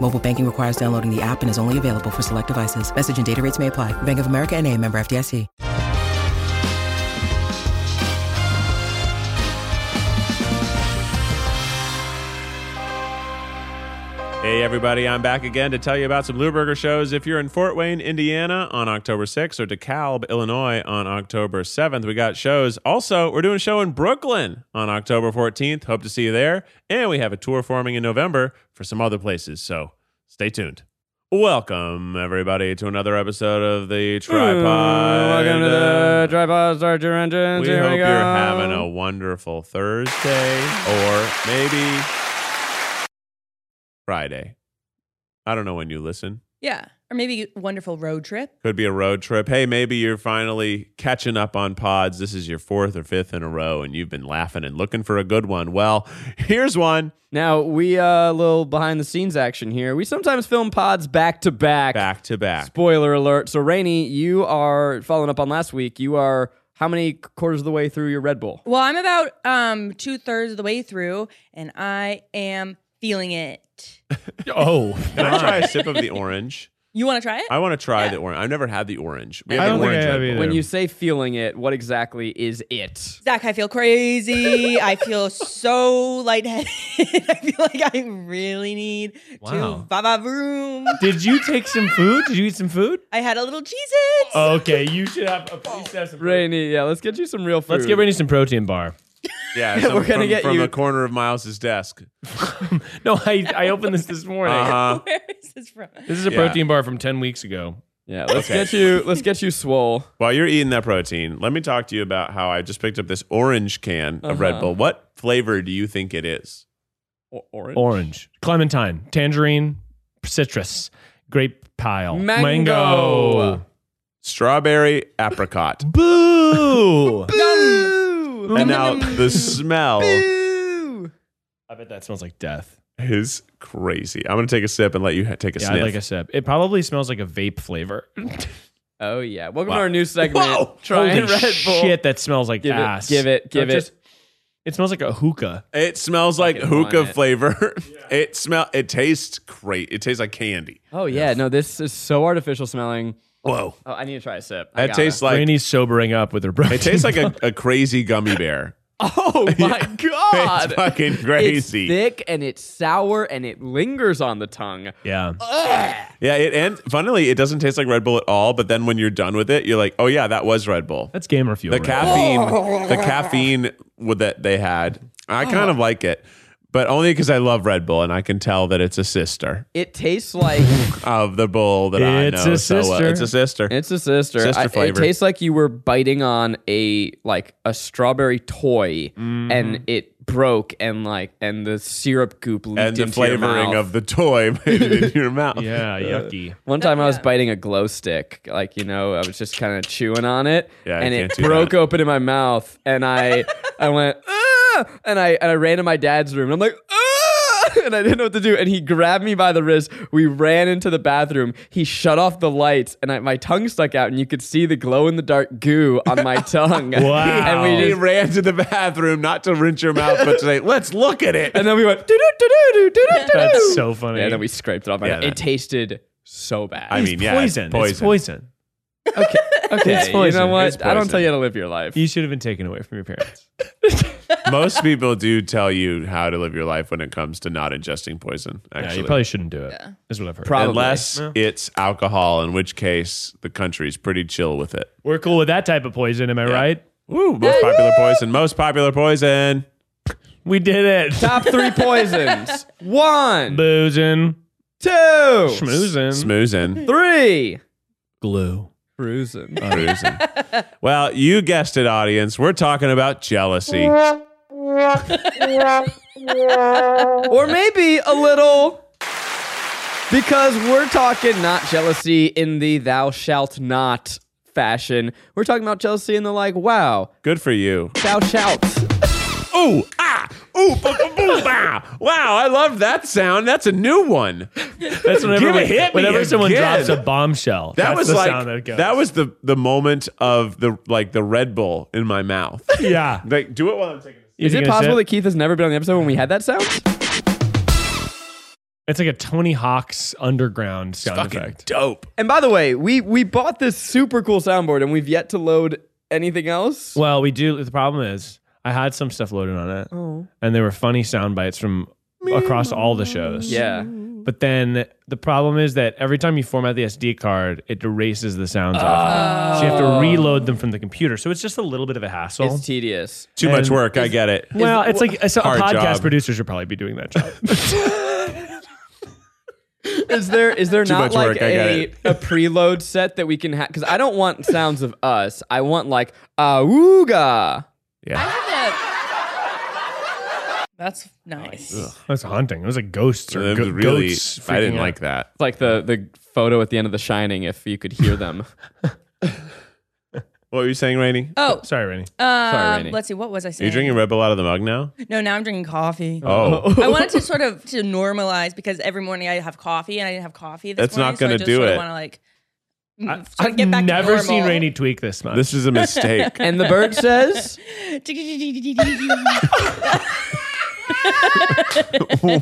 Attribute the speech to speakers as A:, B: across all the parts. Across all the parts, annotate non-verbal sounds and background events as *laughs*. A: Mobile banking requires downloading the app and is only available for select devices. Message and data rates may apply. Bank of America and a member FDIC.
B: Hey, everybody, I'm back again to tell you about some Blueberger shows. If you're in Fort Wayne, Indiana on October 6th or DeKalb, Illinois on October 7th, we got shows. Also, we're doing a show in Brooklyn on October 14th. Hope to see you there. And we have a tour forming in November for some other places, so stay tuned. Welcome, everybody, to another episode of the Tripod.
C: Welcome to the Tripod Start Your Engines.
B: We
C: Here
B: hope
C: we
B: you're
C: go.
B: having a wonderful Thursday or maybe Friday. I don't know when you listen.
D: Yeah. Or maybe a wonderful road trip.
B: Could be a road trip. Hey, maybe you're finally catching up on pods. This is your fourth or fifth in a row, and you've been laughing and looking for a good one. Well, here's one
C: Now, we uh, a little behind the scenes action here. We sometimes film pods back to back.
B: back to back.
C: Spoiler alert. So, Rainey, you are following up on last week. You are how many quarters of the way through your Red Bull?
D: Well, I'm about um two thirds of the way through, and I am feeling it.
E: Oh,
B: Can I try a sip of the orange?
D: You want to try it?
B: I want to try the orange. I've never had the orange. We
E: I
B: have an
E: don't think I
B: orange. Red
E: have
B: Bull.
E: either.
C: When you say feeling it, what exactly is it?
D: Zach, I feel
B: *laughs*
D: crazy. I feel so lightheaded. *laughs* I feel like I really need
E: Wow.
D: to va vroom.
E: did you take some food? Did you eat some food?
D: I had a little cheez it.
B: Oh.
E: Okay, you should have. You should have some.
C: Rainey, yeah, let's get you some real food.
E: Let's get Rainy some protein bar.
B: Yeah, so
C: *laughs* We're gonna
B: from,
C: get
B: from
C: you-
B: the corner of Miles's desk.
E: No, I I opened this this morning.
B: Uh-huh.
D: Where is this from?
E: This is a
B: Yeah.
E: protein bar from ten weeks ago.
C: Yeah, let's
B: Okay.
C: get you. Let's get you
B: *laughs*
C: swole.
B: While you're eating that protein, let me talk to you about how I just picked up this orange can of Red
C: Uh-huh.
B: Bull. What flavor do you think it is?
C: orange.
E: Orange, clementine, tangerine, citrus, grape pile,
C: Mango.
B: Strawberry apricot.
C: *laughs*
E: Boo!
C: Boo!
B: and now
C: *laughs*
B: the smell
E: I bet that smells like death.
B: is crazy. I'm going to take a sip and let you ha- take a
E: Yeah, I'd
B: sniff.
E: like a sip. It probably smells like a vape flavor.
C: Oh yeah. Welcome
B: Wow.
C: to our new segment.
B: Whoa!
C: Trying
E: Holy
C: Red Bull.
E: shit, that smells like
C: Give it,
E: ass.
C: give it, give it.
E: it smells like a hookah.
B: it smells like
C: Fucking want
B: hookah
C: it.
B: flavor. *laughs* It smell it tastes great. It tastes like candy.
C: Oh yeah. No, this is so artificial smelling.
B: Whoa.
C: Oh, I need to try a sip. I
B: That
C: gotta.
B: tastes like
E: Rainy's sobering up with her
B: *laughs*
E: breath.
B: it tastes like a, a crazy gummy bear.
C: *laughs*
B: *laughs*
C: Oh my god.
B: It's fucking
C: It's
B: crazy.
C: thick and it's sour and it lingers on the tongue.
E: *laughs* yeah.
B: yeah, it and funnily it doesn't taste like Red Bull at all, but then when you're done with it, you're like, "Oh yeah, that was Red Bull."
E: That's gamer fuel.
B: the
E: right?
B: caffeine the caffeine with that they had i kind of like it but only because i love red bull and i can tell that it's a sister
C: It
B: *laughs*
C: tastes like
B: of the bull that
E: It's
B: i know
E: a
B: so well.
E: sister.
B: it's a sister
C: it's a sister.
B: Sister
C: I- it
B: flavor.
C: tastes like you were biting on a like a strawberry toy
B: Mm.
C: and it broke and like and the syrup goop leaked
B: and the
C: into your
B: flavoring
C: mouth.
B: of the toy *laughs* made it in
E: *laughs*
B: your mouth
C: *laughs*
E: Yeah, yucky.
C: One time I was biting a glow stick, like you know, I was just kind of chewing on it,
B: Yeah, you
C: and
B: can't
C: it
B: do
C: broke
B: that.
C: open in my mouth, and I, I went, ah! and I, and I ran to my dad's room, and I'm like, ah! and I didn't know what to do, and he grabbed me by the wrist. We ran into the bathroom. He shut off the lights, and I, my tongue stuck out, and you could see the glow in the dark goo on
B: *laughs*
C: my tongue.
E: Wow.
C: And we
B: he *laughs*
C: just.
B: ran to the bathroom not to rinse your mouth but to say let's look at it
C: And then we went, doo doo doo doo doo doo
E: That's so funny.
C: And then we scraped it off. my
B: Yeah,
C: mouth.
B: that-
C: it tasted so bad.
B: I mean,
E: It's
B: yeah, it's
E: poison.
B: poison.
E: It's poison.
C: Okay. Okay.
E: It's
C: you know
E: poison.
C: what?
E: It's
C: I don't
B: poison.
C: tell you how to live your life.
E: You should have been taken away from your parents.
B: most people do tell you how to live your life when it comes to not ingesting poison *laughs*
E: yeah,
B: actually
E: you probably shouldn't do it. Is what I've heard.
B: *laughs*
C: Probably.
B: unless it's alcohol in which case the country's pretty chill with it
E: We're cool with that type of poison, am I right?
B: Ooh, most popular poison. Most popular poison.
E: We did it.
B: *laughs*
C: Top three poisons. *laughs* One,
E: Boozing.
C: two,
E: Schmoozing.
B: Smoozin.
C: three.
E: Glue.
C: Bruising.
B: Smoozin. well, you guessed it, audience. We're talking about jealousy.
C: *laughs* or maybe a little. Because we're talking not jealousy in the thou shalt not fashion. We're talking about Chelsea and the like, wow,
B: Good for you.
C: shout shouts.
B: Ooh, ah, ooh, ba, ba, boo, bah. Wow, I love that sound. That's a new one.
E: That's whenever,
B: Give
E: we-
B: it, hit me
E: whenever someone
B: again.
E: drops a bombshell.
B: That
E: that's
B: was
E: the
B: like
E: sound that,
B: that,
E: goes.
B: was the the moment of the like the Red Bull in my mouth.
E: yeah.
B: like, do it while I'm taking. a sip.
C: Is it
E: gonna
C: possible that
E: sit?
C: Keith has never been on the episode when we had that sound?
E: it's like a Tony Hawk's underground sound effect?
B: dope.
C: And by the way, we we bought this super cool soundboard and we've yet to load anything else.
E: Well, we do. The problem is, I had some stuff loaded on it,
D: Oh.
E: and there were funny sound bites from across all the shows.
C: Yeah.
E: But then the problem is that every time you format the SD card, it erases the sounds off. So you have
B: Oh.
E: to reload them from the computer. So it's just a little bit of a hassle.
C: It's tedious.
B: Too much work. I get it.
E: well, it's like so
B: Hard
E: podcast
B: job.
E: producers should probably be doing that
B: *laughs*
E: job.
C: Is there is there not
B: much
C: like
B: work, I got
C: a,
B: it.
C: a preload set that we can have? Because I don't want sounds of us. I want like awooga.
B: Yeah.
D: That's nice.
E: That's haunting. It was like ghosts or
B: It
E: go-
B: was really,
E: goats.
B: I didn't
E: freaking out.
B: like that.
C: It's like the the photo at the end of The Shining. If you could hear them.
B: What were you saying, Rainey?
D: Oh,
E: Sorry, Rainy.
D: um,
C: Rainey.
D: let's see. What was I saying?
B: Are you drinking Red Bull out of the mug now?
D: No, now I'm drinking coffee.
B: Oh,
D: I wanted to sort of to normalize because every morning I have coffee and I didn't have coffee. This
B: That's
D: morning,
B: not
D: so I
B: gonna
D: just
B: do
D: sort
B: it.
D: Of want to like mm, sort
E: I've
D: of get back to
E: never seen
D: normal.
E: Rainy tweak this
B: *laughs*
E: much.
B: this is a *laughs* mistake.
C: And the bird says,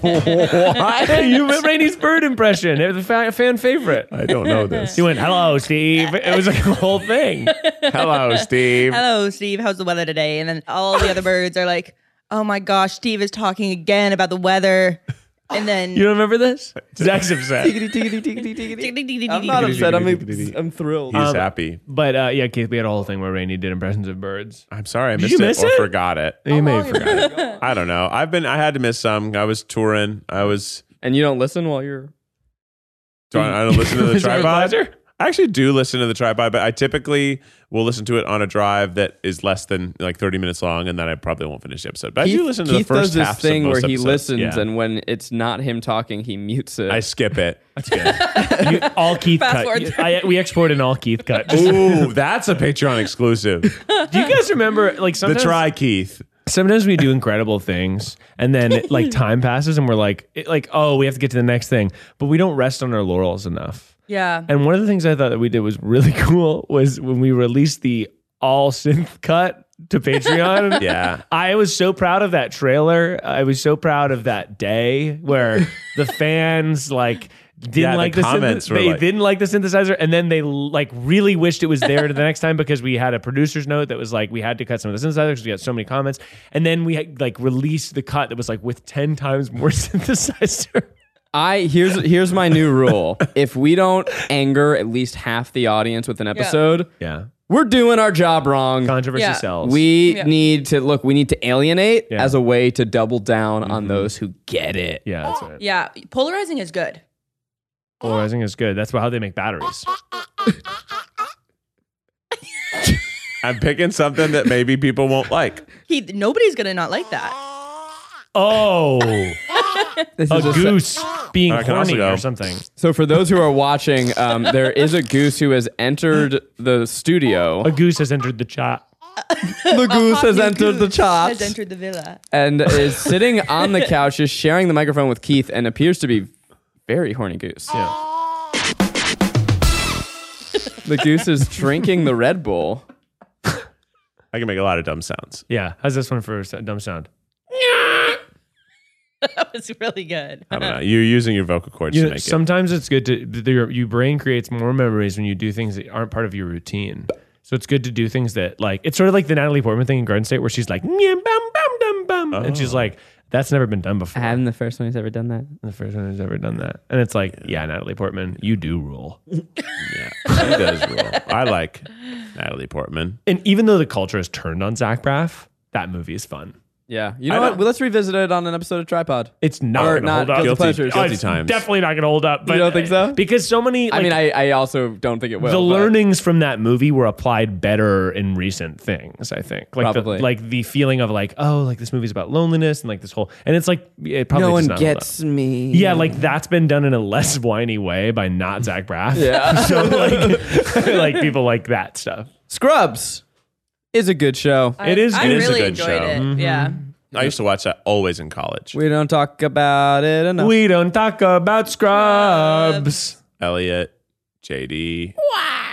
E: Hey, you went Rainy's bird impression. It was a fa- fan favorite.
B: I don't know this.
E: She went, "Hello, Steve." It was like a whole thing.
B: Hello,
D: *laughs*
B: Steve.
D: Hello, Steve. How's the weather today? And then all the other birds are like, "Oh my gosh, Steve is talking again about the weather." And then *laughs*
E: You don't remember this? Zach's upset.
C: "Tiggity, tiggity, tiggity, tiggity." I'm not upset. I'm I'm thrilled.
B: He's
E: Um,
B: happy.
E: But uh, yeah, Keith, we had a whole thing where Rainy did impressions of birds.
B: I'm sorry, I
E: you
B: missed it
E: miss
B: or
E: it?
B: forgot it.
E: You may have
D: Oh,
E: forgotten.
B: I don't know. I've been. I had to miss some. I was touring. I was.
C: And you don't listen while you're.
B: Do I, I
E: *laughs*
B: don't listen to the
E: Listen to the
B: tripod.
E: pleasure?
B: I actually do listen to the tripod, but I typically will listen to it on a drive that is less than like 30 minutes long, and then I probably won't finish the episode. But I do listen to
C: Keith
B: the first
C: does this
B: half
C: thing
B: of
C: where
B: most
C: he
B: episodes.
C: listens,
B: Yeah.
C: and when it's not him talking, he mutes it.
B: I skip it.
E: *laughs* That's good. You- all Keith
D: Fast
E: cut.
D: forward.
E: You- I, we export an all Keith cut. Do
B: *laughs* Ooh, that's a Patreon exclusive.
E: you guys remember like
B: the
E: sometimes
B: try, Keith.
E: sometimes we do incredible things and then
D: *laughs*
E: like time passes and we're like it, like oh we have to get to the next thing but we don't rest on our laurels enough
D: Yeah.
E: and one of the things i thought that we did was really *laughs* cool was when we released the all synth cut to patreon
B: *laughs* Yeah.
E: I was so proud of that trailer. I was so proud of that day
B: *laughs*
E: where the fans like didn't
B: Yeah, the
E: like the,
B: comments
E: synth-
B: were
E: they
B: like-
E: didn't like the synthesizer and then they like really wished it was there to the next time because we had a producer's note that was like we had to cut some of the synthesizers because we got so many comments and then we had, like released the cut that was like with 10 times more *laughs* synthesizer.
C: I here's here's my new
B: *laughs*
C: rule. if we don't anger at least half the audience with an episode,
E: Yeah.
C: we're doing our job wrong.
E: Controversy
D: Yeah.
E: sells.
C: we
D: Yeah.
C: need to look, we need to alienate
E: Yeah.
C: as a way to double down on those who get it.
E: Yeah, that's right.
D: Yeah. Polarizing is good.
E: Polarizing is good. That's how they make batteries.
B: I'm picking something that maybe people won't like.
D: He nobody's gonna not like *laughs* that.
B: *laughs*
E: Oh,
C: This
E: a
C: is a se-
E: goose being
B: I can also
E: horny
B: go.
E: or something.
C: so for those who are watching, *laughs* um, there is a goose who has entered the studio.
E: A goose has entered the chat.
C: the goose *laughs* has
D: New
C: entered the
D: goose
C: chops.
D: Has entered the villa.
C: and *laughs* is sitting on the couch, just sharing the microphone with Keith, and appears to be very horny goose. The goose is drinking the Red Bull.
B: I can make a lot of dumb sounds.
E: Yeah. How's this one for a s- dumb sound?
D: *laughs* That was really good.
B: I don't know. You're using your vocal cords
E: You
B: to
E: know,
B: make it.
E: sometimes it's good to th- your your brain creates more memories when you do things that aren't part of your routine. So it's good to do things that like it's sort of like the Natalie Portman thing in Garden State where she's like "Meow, bum, bum, dum, bum," and
B: Oh.
E: she's like that's never been done before.
B: Uh-huh.
C: I'm the first one who's ever done that.
E: the first one who's ever done that, and it's like yeah, Natalie Portman, you do rule.
B: She does rule. I like Natalie Portman.
E: and even though the culture has turned on Zach Braff, that movie is fun.
C: Yeah. You know
B: I
C: what?
B: don't-
C: Well, let's revisit it on an episode of Tripod.
E: It's not
C: Or
E: going to
C: not
E: hold up.
C: guilty
B: Guilty,
C: pleasures.
B: guilty
E: it's
B: times.
E: definitely not going to hold up. But
C: don't think so?
E: Because so many.
C: I
E: like,
C: mean, I, I also don't think it will.
E: the
C: but-
E: learnings from that movie were applied better in recent things. I think, like
C: Probably.
E: the like the feeling of like, oh, like this movie's about loneliness and like this whole, and it's like it
C: No
E: probably does
C: one
E: not hold up.
C: gets me.
E: Yeah, like that's been done in a less *laughs* whiny way by not Zach Braff.
C: Yeah.
E: *laughs* so like, *laughs* like people like that stuff.
C: Scrubs is a good show.
E: It is-
D: I
E: it
B: is a
D: really
B: good
D: enjoyed
B: show. Mm-hmm.
D: it. Yeah.
B: I used to watch that always in college.
C: we don't talk about it enough.
E: We don't talk about Scrubs.
B: Elliot, JD,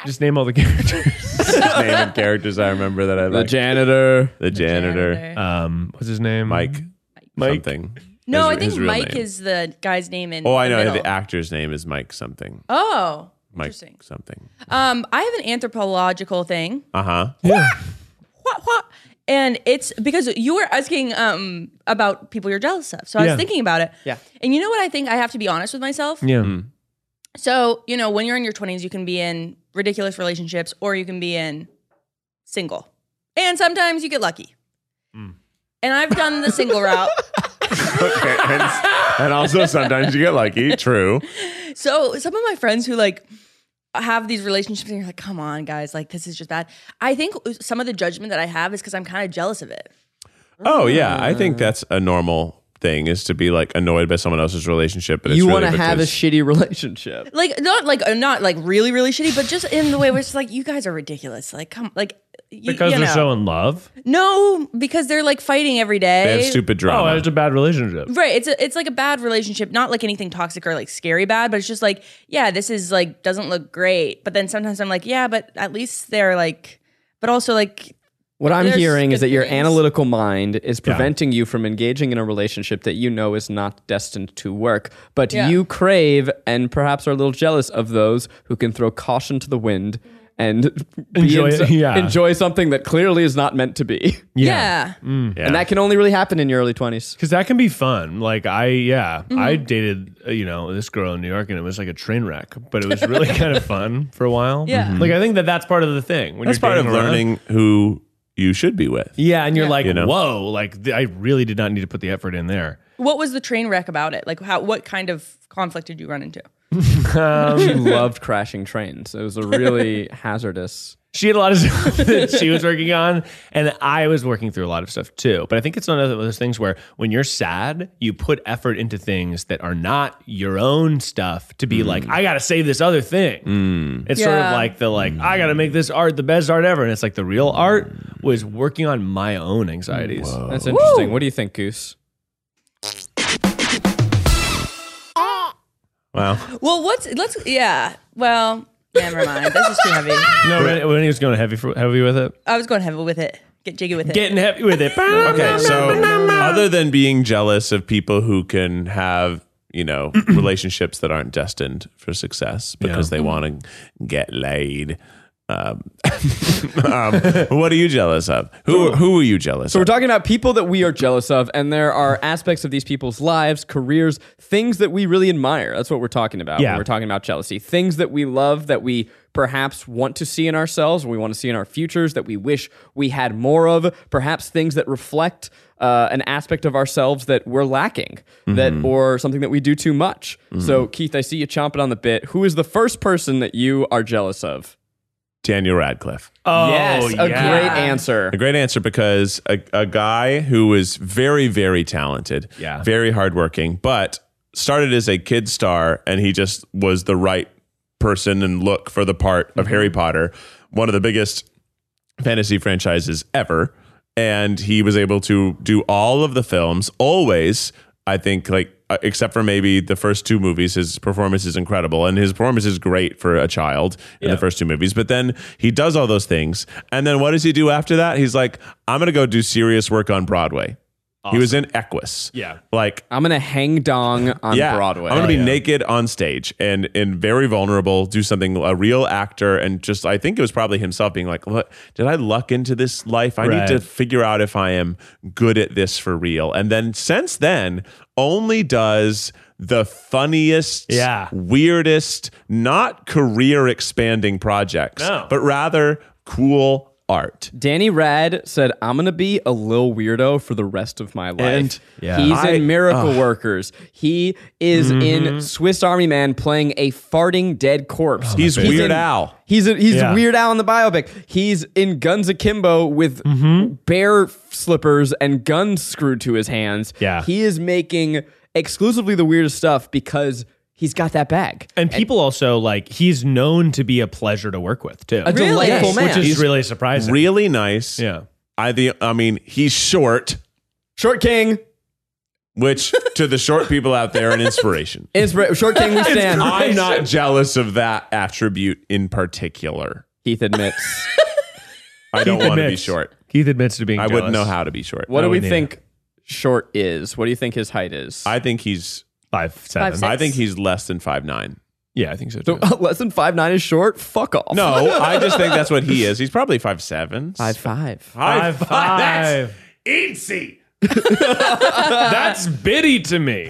E: Just name all
C: *laughs*
E: the characters.
B: name and characters I remember that I
C: the
B: liked.
C: janitor.
B: the janitor,
F: Mm-hmm.
B: Uh,
E: Um, what's his name?
B: Mike,
E: Mike.
B: something.
F: No,
B: His-
F: I think
B: his real
F: Mike
B: name.
F: is the guy's name in.
B: Oh, I know.
F: The
B: The,
F: middle.
B: actor's name is Mike something.
F: oh,
B: Mike
F: interesting.
B: something.
F: Um, I have an anthropological thing.
B: Uh huh.
F: Wah, wah. And it's because you were asking um about people you're jealous of. So I
E: Yeah.
F: was thinking about it.
C: Yeah.
F: And you know what I think? I have to be honest with myself.
E: Yeah.
C: Mm.
F: So, you know, when you're in your 20s, you can be in ridiculous relationships or you can be in single. And sometimes you get lucky. And I've done the single route.
B: and, and also sometimes you get lucky. True.
F: So some of my friends who like have these relationships and you're like, come on, guys, like this is just bad. I think some of the judgment that I have is because I'm kind of jealous of it.
B: Oh yeah, I think that's a normal thing is to be like annoyed by someone else's relationship. But
C: You
B: want
C: want to have a shitty relationship.
F: Like not like uh, not like really really shitty, but just in the way where it's like you guys are ridiculous. Like come like y-
E: Because
F: you
E: they're
F: know.
E: so in love.
F: no because they're like fighting every day.
B: they have stupid
E: Oh,
B: drama.
E: it's a bad relationship.
F: Right, it's a, it's like a bad relationship, not like anything toxic or like scary bad, but it's just like, yeah, this is like doesn't look great. But then sometimes I'm like, yeah, but at least they're like, but also like
C: What I'm
F: There's
C: hearing is
F: good
C: that your
F: things.
C: analytical mind is preventing you from engaging in a relationship that you know is not destined to work, but
F: Yeah.
C: you crave and perhaps are a little jealous of those who can throw caution to the wind and be
E: Enjoy it, yeah.
C: enjoy something that clearly is not meant to be.
F: yeah,
B: yeah.
C: And that can only really happen in your early 20s.
E: Because that can be fun. Like I, yeah, I dated uh, you know this girl in New York, and it was like a train wreck, but it was really kind of fun for a while.
F: Yeah.
E: like I think that that's part of the thing. When
B: Mm-hmm. that's
E: you're
B: part of
E: dating around.
B: learning who you should be with.
E: Yeah, and you're like,
B: You know?
E: whoa, like th- I really did not need to put the effort
B: *laughs*
E: in there.
F: What was the train wreck about it? Like, how? What kind of conflict did you run into?
E: Um,
C: She loved crashing trains. It was a really hazardous.
E: She had a lot of stuff *laughs* that she was working on, and I was working through a lot of stuff too. But I think it's one of those things where when you're sad, you put effort into things that are not your own stuff to be like, I gotta save this other thing. It's sort of
F: Yeah.
E: like the like, I gotta make this art the best art ever. And it's like the real art was working on my own anxieties.
C: That's interesting. What do you think, Goose?
E: *laughs*
B: Wow.
F: Well, what's let's yeah. Well, never mind. This is too heavy.
E: No, when, when he was going heavy for, heavy with it,
F: I was going heavy with it. Get jiggy with it.
E: getting heavy with *laughs* it.
B: Okay, so other than being jealous of people who can have you know relationships that aren't destined for success because they want to get laid. Um, *laughs* um, what are you jealous of? Who who are you jealous
C: So we're
B: of?
C: talking about people that we are jealous of, and there are aspects of these people's lives, careers, things that we really admire. That's what we're talking about.
E: Yeah.
C: When we're talking about jealousy. Things that we love that we perhaps want to see in ourselves, or we want to see in our futures, that we wish we had more of. Perhaps things that reflect uh, an aspect of ourselves that we're lacking, that
B: Mm-hmm.
C: or something that we do too much. So Keith, I see you chomping on the bit. Who is the first person that you are jealous of?
B: Daniel Radcliffe.
E: Oh,
C: yes, a
E: yeah.
C: great answer.
B: A great answer because a, a guy who was very, very talented,
E: Yeah.
B: very hardworking, but started as a kid star and he just was the right person and look for the part of Harry Potter, one of the biggest fantasy franchises ever. And he was able to do all of the films, always, I think, like, uh, except for maybe the first two movies, his performance is incredible. And his performance is great for a child in the first two movies. But then he does all those things. And then what does he do after that? He's like, I'm going to go do serious work on Broadway. He was in Equus.
E: Yeah.
B: Like,
C: I'm gonna hang dong on
B: yeah,
C: Broadway.
B: I'm gonna be naked on stage and and very vulnerable. Do something a real actor and just I think it was probably himself being like, "Look, did I luck into this life? I
E: Right.
B: need to figure out if I am good at this for real." And then since then, only does the funniest,
E: Yeah.
B: weirdest, not career expanding projects,
E: No.
B: but rather cool art.
C: Danny Rad said, I'm going to be a little weirdo for the rest of my life.
B: And- Yeah.
C: He's
B: I-
C: in Miracle Workers. He is
B: Mm-hmm.
C: in Swiss Army Man playing a farting dead corpse.
B: He's Weird
C: in-
B: Al.
C: He's a, he's
E: Yeah.
C: Weird Al in the biopic. He's in Guns Akimbo with
B: Mm-hmm.
C: bear slippers and guns screwed to his hands.
E: Yeah.
C: He is making exclusively the weirdest stuff because he's got that bag.
E: And people also like he's known to be a pleasure to work with too,
C: A delightful
B: Yes.
C: man.
E: which is
C: He's-
E: really surprising.
B: Really nice.
E: yeah,
B: I the I mean, he's short,
C: Short King.
B: which to the short people out there, an inspiration.
C: Inspira- Short
B: *laughs*
C: King, we stand.
B: I'm not jealous of that attribute in particular.
C: Heath admits.
B: I don't
E: Keith
B: want to be
E: admits.
B: short.
E: Keith admits to being.
B: I wouldn't know
E: jealous.
B: how to be short.
C: What
E: No,
C: do we
E: we need
C: think short is? What do you think his height is?
B: I think he's
E: five seven.
F: Five,
B: I
F: six.
B: think he's less than five nine.
E: Yeah, I think so.
C: so, *laughs*
E: Too.
C: less than five nine is short. Fuck
B: *laughs*
C: off.
B: No, I just think that's what he is. He's probably five seven.
C: five five.
B: High five. That's
E: Eatsy. *laughs* That's bitty to me.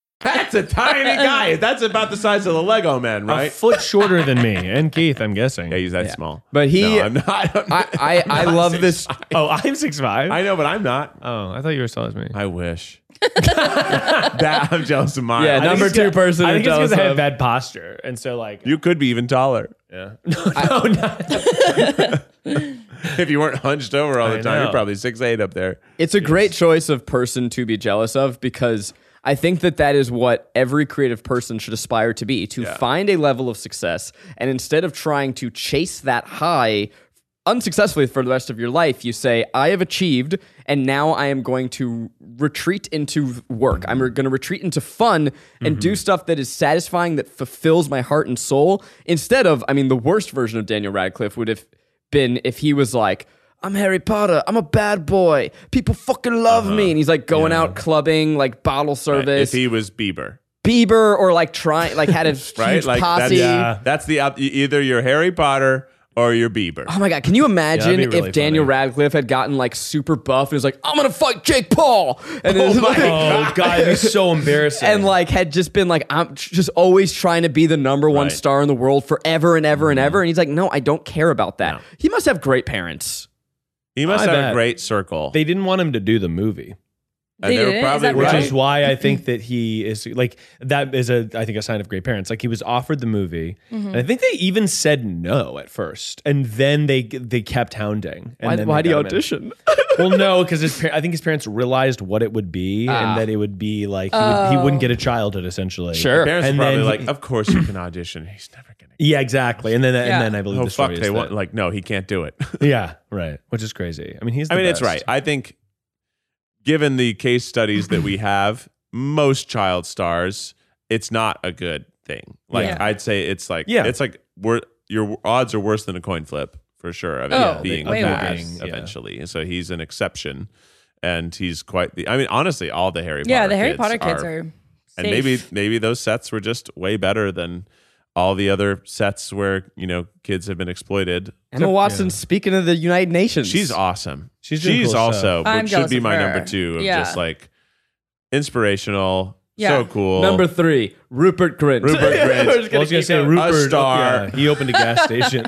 B: that's a
E: *laughs*
B: tiny guy. That's about the size of the Lego man,
E: A
B: right?
E: foot shorter than me and Keith. I'm guessing.
B: Yeah, he's that small.
C: But he-
B: No, I'm not. *laughs* I'm
C: I
B: not-
C: I, I
B: not
C: love
B: six-
C: this.
E: oh, I'm six five.
B: I know, but I'm not.
E: oh, I thought you were as tall as me.
B: I
C: *laughs*
B: wish. that I'm jealous of mine.
C: Yeah,
B: I think
C: number
B: it's-
C: two person.
E: I
C: to
E: think it's
C: tell
E: because
C: us
E: I have
C: of.
E: bad posture, and so like *laughs* Oh,
B: You could be even taller
E: yeah. no, not
B: if you weren't hunched over all the
E: I
B: time. You're
E: know.
B: probably six eight up there.
C: It's a great choice of person to be jealous of because I think that that is what every creative person should aspire to be to find a level of success. And instead of trying to chase that high unsuccessfully for the rest of your life, you say, I have achieved, and now I am going to retreat into work. I'm going to retreat into fun and do stuff that is satisfying, that fulfills my heart and soul. Instead of, I mean, the worst version of Daniel Radcliffe would have been if he was like, I'm Harry Potter. I'm a bad boy. People fucking love me. And he's like going out clubbing, like bottle service,
B: Uh-huh. If he was Bieber,
C: Bieber, or like trying,
B: *laughs*
C: like had a
B: right?
C: huge
B: like
C: posse.
B: that's, that's the op- e, either you're Harry Potter or you're Bieber.
C: Oh my god! Can you imagine
E: be really
C: if Daniel
E: funny.
C: Radcliffe had gotten like super buff and was like, "I'm gonna fight Jake Paul," and then, like,
E: Oh god, it'd be so
C: *laughs*
E: embarrassing.
C: and like had just been like, "I'm tr- just always trying to be the number one
B: Right. Mm-hmm.
C: star in the world forever and ever and ever," and he's like, "No, I don't care about that." He must have great parents.
B: he must
E: I
B: have a
E: bet.
B: great circle.
E: they didn't want him to do the movie.
B: and they
F: They did it?
B: were
F: Is
B: probably
F: that
E: which
B: right.
E: is why
C: Mm-hmm.
E: I think that he is like that is a I think a sign of great parents. Like he was offered the movie,
C: Mm-hmm.
E: and I think they even said no at first, and then they they kept hounding. And
C: Why,
E: then
C: why do
E: they
C: you
E: got him in.
C: audition?
E: *laughs* well, no, because his par- I think his parents realized what it would be,
C: Ah.
E: and that it would be like he, would, he wouldn't get a childhood essentially.
C: Oh. Sure.
B: Parents
E: And
B: were probably
E: then
B: like, "Oh,
E: he-
B: of course you can audition. He's never gonna.
E: Yeah, exactly. And then and then I believe
B: Oh
E: the story
B: fuck!
E: is
B: They
E: that-
B: want like no, he can't do it.
E: *laughs* yeah, right, which is crazy. I mean, he's.
B: I
E: the
B: mean, it's
E: best.
B: right. I think, given the case studies that we have, most child stars, it's not a good thing. Like
E: Yeah.
B: I'd say, it's like
E: Yeah.
B: it's like wor- your odds are worse than a coin flip for sure of it
F: Oh,
B: being
F: way
B: a
F: worse.
B: pass
E: Yeah.
B: eventually. And So he's an exception, and he's quite the. I mean, honestly, all the Harry
F: yeah,
B: Potter
F: the Harry
B: kids
F: Potter kids are,
B: and maybe maybe those sets were just way better than all the other sets where you know kids have been exploited.
C: Emma Watson speaking of the United Nations.
B: She's awesome.
E: She's doing
B: she's
E: cool
B: also
E: stuff.
F: I'm
B: would- should
F: jealous
B: be
F: of
B: my
F: her.
B: number two of
F: Yeah.
B: just like inspirational,
F: Yeah.
B: so cool.
C: Number three, Rupert Grint. *laughs*
B: Rupert Grint.
C: We're just
E: Well, I
C: gonna
E: was gonna
C: keep
E: say
C: going.
E: Rupert. oh,
B: star.
E: yeah, he opened a gas station.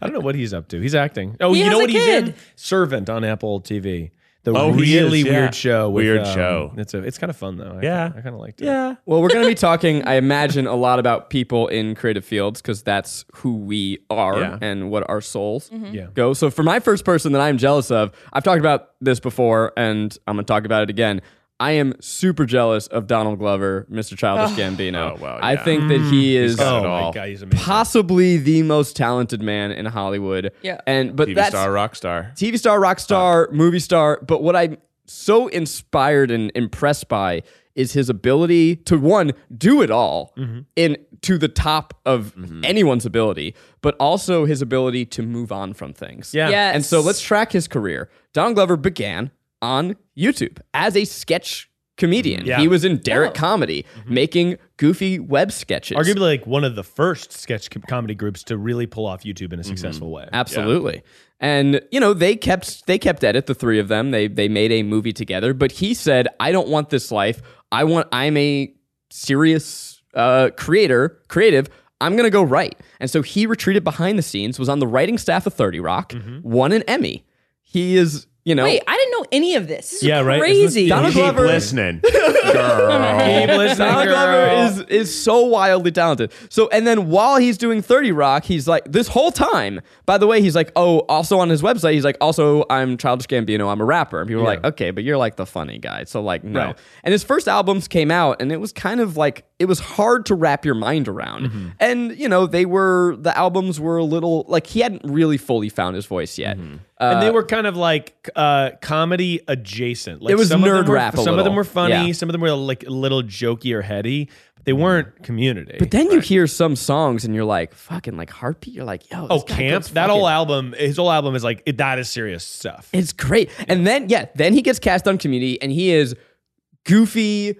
E: I don't know what he's up to. He's acting. Oh,
F: He
E: you
F: has
E: know
F: a
E: what he's
F: kid.
E: in? Servant on Apple TV. The
B: Oh, he
E: really
B: is, yeah.
E: weird show. With,
B: Weird
E: um,
B: show.
E: It's a. It's kind of fun though. I,
B: Yeah.
E: I kind of liked it.
B: yeah,
C: Well, we're going to be talking, I imagine, a lot about people in creative fields because that's who we are
B: Yeah.
C: and what our souls
E: Yeah.
C: go. So, for my first person that I'm jealous of, I've talked about this before and I'm going to talk about it again. I am super jealous of Donald Glover, Mr. Childish Gambino.
B: Oh, well,
C: I
B: yeah. Mm.
C: think that he is
B: got it
E: Oh my
B: all.
E: god, he's amazing.
C: possibly the most talented man in Hollywood.
F: Yeah.
C: And but
B: TV
C: that's
B: star, rock star.
C: TV star, rock star, movie star. But what I'm so inspired and impressed by is his ability to one do it all
E: Mm-hmm.
C: in to the top of anyone's ability, but also his ability to move on from things.
E: Yeah.
F: Yes.
C: And so let's track his career. Don Glover began on YouTube as a sketch comedian.
E: Yeah. Mm-hmm.
C: He was in Derek Comedy making goofy web sketches.
E: Arguably, like one of the first sketch com- comedy groups to really pull off YouTube in a successful way.
C: *laughs* Absolutely. And you know, they kept they kept at it the three of them. They they made a movie together, but he said, "I don't want this life. I want I'm a serious uh creator, creative. I'm going to go write." And so he retreated behind the scenes, was on the writing staff of 30 Rock, won an Emmy. He is, you know,
F: Wait, I didn't know any of this. This is
E: Yeah, right?
F: Crazy.
E: Isn't
C: Donald
B: Keep
C: Glover-
B: listening. Girl.
E: Keep listening,
C: Donald
E: girl.
C: Glover is is so wildly talented. So and then while he's doing 30 Rock, he's like this whole time. By the way, he's like, oh, also on his website, he's like, also I'm Childish Gambino, I'm a rapper. And people are like, okay, but you're like the funny guy. So like, no.
E: Right.
C: And his first albums came out, and it was kind of like it was hard to wrap your mind around.
E: Mm-hmm.
C: And you know, they were the albums were a little like he hadn't really fully found his voice yet.
E: and they were kind of like uh, comedy adjacent. Like
C: It was
E: some of them
C: nerd
E: were,
C: rap a
E: Some of
C: little.
E: them were funny.
C: Yeah.
E: Some of them were like a little jokey or heady. But they weren't community.
C: But then you hear some songs, and you're like, fucking like heartbeat. You're like, yo,
E: oh,
C: this guy
E: camp.
C: goes
E: That
C: fucking-
E: whole album. His whole album is like it, that is serious stuff.
C: It's great. And then yeah, then he gets cast on Community, and he is goofy,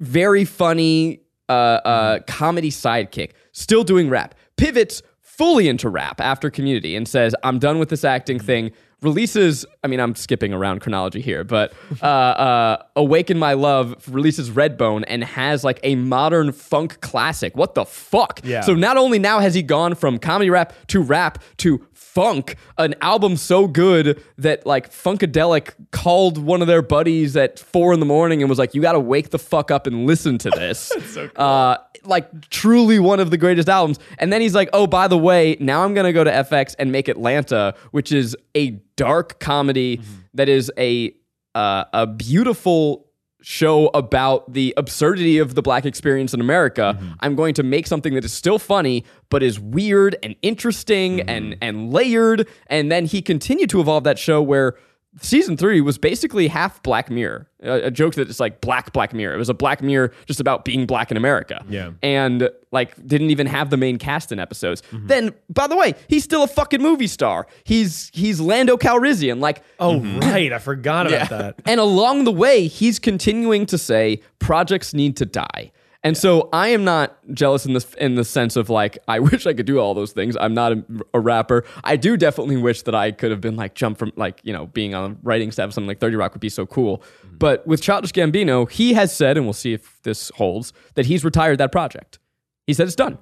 C: very funny, uh, uh,
E: Mm-hmm.
C: comedy sidekick. Still doing rap. Pivots fully into rap after Community, and says, "I'm done with this acting
E: Mm-hmm.
C: thing." Releases. I mean, I'm skipping around chronology here, but uh, uh, "Awaken My Love" releases Redbone and has like a modern funk classic. What the fuck?
E: Yeah.
C: So not only now has he gone from comedy rap to rap to funk, an album so good that like Funkadelic called one of their buddies at four in the morning and was like, "You got to wake the fuck up and listen to this." uh, like truly one of the greatest albums. And then he's like, "Oh, by the way, now I'm gonna go to FX and make Atlanta, which is a dark comedy that is a uh, a beautiful." show about the absurdity of the black experience in America. I'm going to make something that is still funny, but is weird and interesting and and layered. And then he continued to evolve that show where season three was basically half Black Mirror, a, a joke that it's like black Black Mirror. It was a Black Mirror just about being black in America.
E: Yeah.
C: and like didn't even have the main cast in episodes. Then, by the way, he's still a fucking movie star. He's he's Lando Calrissian. Like
E: oh right, I forgot about that.
C: and along the way, he's continuing to say projects need to die. And so I am not jealous in this in the sense of like I *laughs* wish I could do all those things. I'm not a, a rapper. I do definitely wish that I could have been like jump from like you know being on a writing staff or something like Thirty Rock would be so cool. But with Childish Gambino, he has said, and we'll see if this holds, that he's retired that project. He said it's done.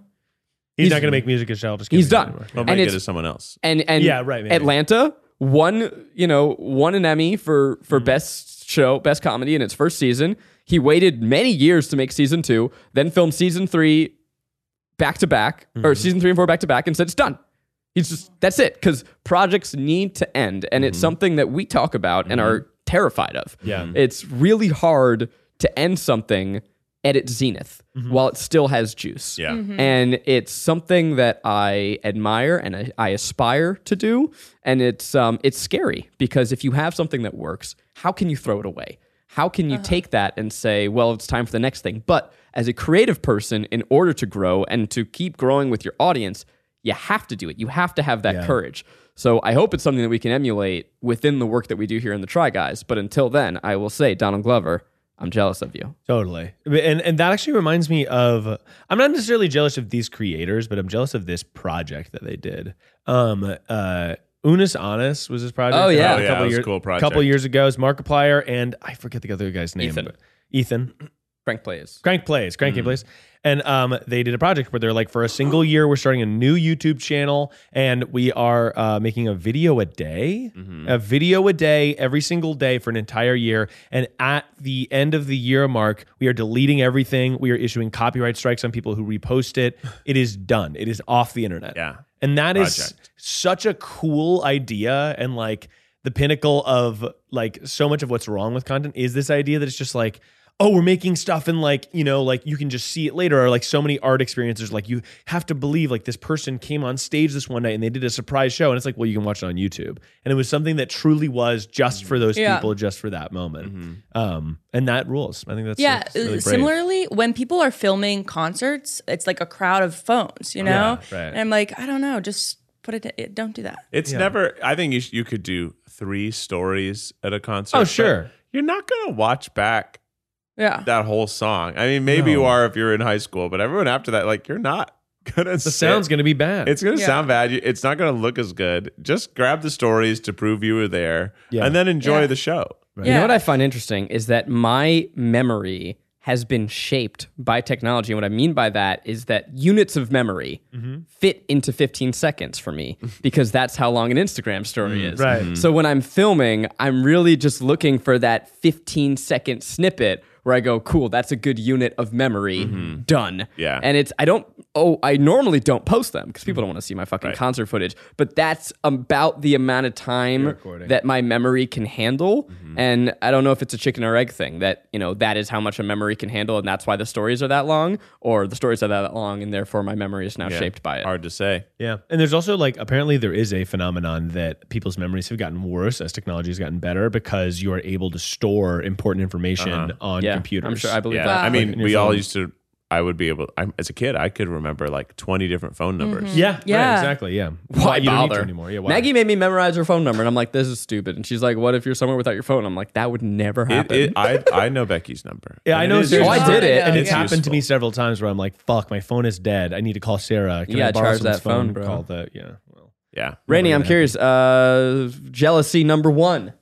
E: He's,
C: He's-
E: not going to make music as Childish.
C: He's
E: Gambino
C: done.
E: anymore.
B: Well,
C: And
B: might get
C: it's-
B: to someone else.
C: and and
E: Yeah, right, maybe.
C: Atlanta won, you know, won an Emmy for for
E: Mm-hmm.
C: best show, best comedy in its first season. He waited many years to make season two, then filmed season three back to back, or
E: Mm-hmm.
C: season three and four back to back, and said it's done. He's just that's it because projects need to end, and it's something that we talk about and are terrified of.
E: Mm-hmm. Yeah. Mhm.
C: it's really hard to end something at its zenith
E: Mm-hmm.
C: while it still has juice
B: Yeah. Mhm.
C: and it's something that I admire and I, I aspire to do. And it's um, it's scary because if you have something that works, how can you throw it away? How can you take that and say, well, it's time for the next thing? But as a creative person, in order to grow and to keep growing with your audience, you have to do it. You have to have that courage. So I hope it's something that we can emulate within the work that we do here in the Try Guys. But until then, I will say, Donald Glover, I'm jealous of you.
E: Totally. And and that actually reminds me of I'm not necessarily jealous of these creators, but I'm jealous of this project that they did. Um uh Unis Honest was this project. uh,
C: Oh, yeah.
E: a
C: Oh,
B: yeah,
E: couple
B: it was a
E: year-
B: cool project.
E: couple years ago. It's Markiplier and I forget the other guy's name.
C: Ethan.
E: but- Ethan.
C: Frank plays.
E: Crank plays, Crank Game plays. And um, they did a project where they're like, for a single year, we're starting a new YouTube channel and we are uh, making a video a day, a video a day every single day for an entire year. And at the end of the year mark, we are deleting everything. We are issuing copyright strikes on people who repost it. It is done, it is off the internet.
B: Yeah.
E: And that is
B: Project.
E: such a cool idea and like the pinnacle of like so much of what's wrong with content is this idea that it's just like oh, we're making stuff and like, you know, like you can just see it later, or like so many art experiences, like you have to believe like this person came on stage this one night and they did a surprise show. And it's like, well, you can watch it on YouTube. And it was something that truly was just for those
F: Yeah.
E: people, just for that moment.
B: Mm-hmm.
E: Um, and that rules. I think that's
F: Yeah. uh,
E: that's really brave.
F: Similarly, when people are filming concerts, it's like a crowd of phones, you know?
E: Yeah, right.
F: And I'm like, I don't know, just put it, it don't do that.
B: It's never. I think you sh- you could do three stories at a concert.
E: Oh,
B: but
E: sure.
B: You're not gonna watch back
F: Yeah.
B: that whole song. I mean, maybe you
E: No.
B: are if you're in high school, but everyone after that, like, you're not gonna.
E: The sound's going to be
B: *laughs*
E: bad.
B: It's gonna
F: Yeah.
B: sound bad. You- It's not gonna look as good. Just grab the stories to prove you were there,
E: Yeah.
B: and then enjoy
F: Yeah.
B: the show.
C: You know what
F: Yeah.
C: I find interesting is that my memory has been shaped by technology. And what I mean by that is that units of memory fit into 15 seconds for me because that's how long an Instagram story is.
E: right. Mhm.
C: So when I'm filming, I'm really just looking for that 15 second snippet where I go, cool, that's a good unit of memory. Done.
B: Yeah.
C: And it's, I don't, oh, I normally don't post them because
E: Mm-hmm.
C: people don't want to see my fucking concert footage, but that's about the amount of time that my memory can handle.
E: Mm-hmm.
C: And I don't know if it's a chicken or egg thing that, you know, that is how much a memory can handle. And that's why the stories are that long or the stories are that long. And therefore my memory is now
B: Yeah.
C: shaped by it.
B: Hard to say.
E: Yeah. And there's also like apparently there is a phenomenon that people's memories have gotten worse as technology has gotten better because you are able to store important information on
C: Uh-huh. yeah.
E: computers.
C: I'm sure I believe
B: Yeah,
C: that.
B: I
E: Like
B: mean,
E: in your
B: we all
E: phone.
B: used to. I would be able. I'm, as a kid, I could remember like 20 different phone
F: Mm-hmm.
B: numbers.
E: Yeah. Right,
F: Yeah.
E: exactly. Yeah.
C: Why,
E: you don't need to
C: bother?
E: anymore? Yeah. Why?
C: Maggie made me memorize her phone number, and I'm like, "This is stupid." And she's like, "What if you're somewhere without your phone?" I'm like, "That would never
B: It,
C: happen."
B: it, I I know Becky's number.
E: *laughs* Yeah, I
B: And
E: know.
B: is
E: seriously.
C: Oh, I did it,
E: and
C: yeah.
E: it's
B: Yeah.
E: happened to me several times where I'm like, "Fuck, my phone is dead. I need to call Sarah. Can
C: You
E: I
C: gotta
E: borrow
C: charge
E: someone's
C: that phone,
E: phone
C: bro.
E: Call the yeah. Well,
B: Yeah.
C: Rainey, I'm curious. Uh, jealousy number one.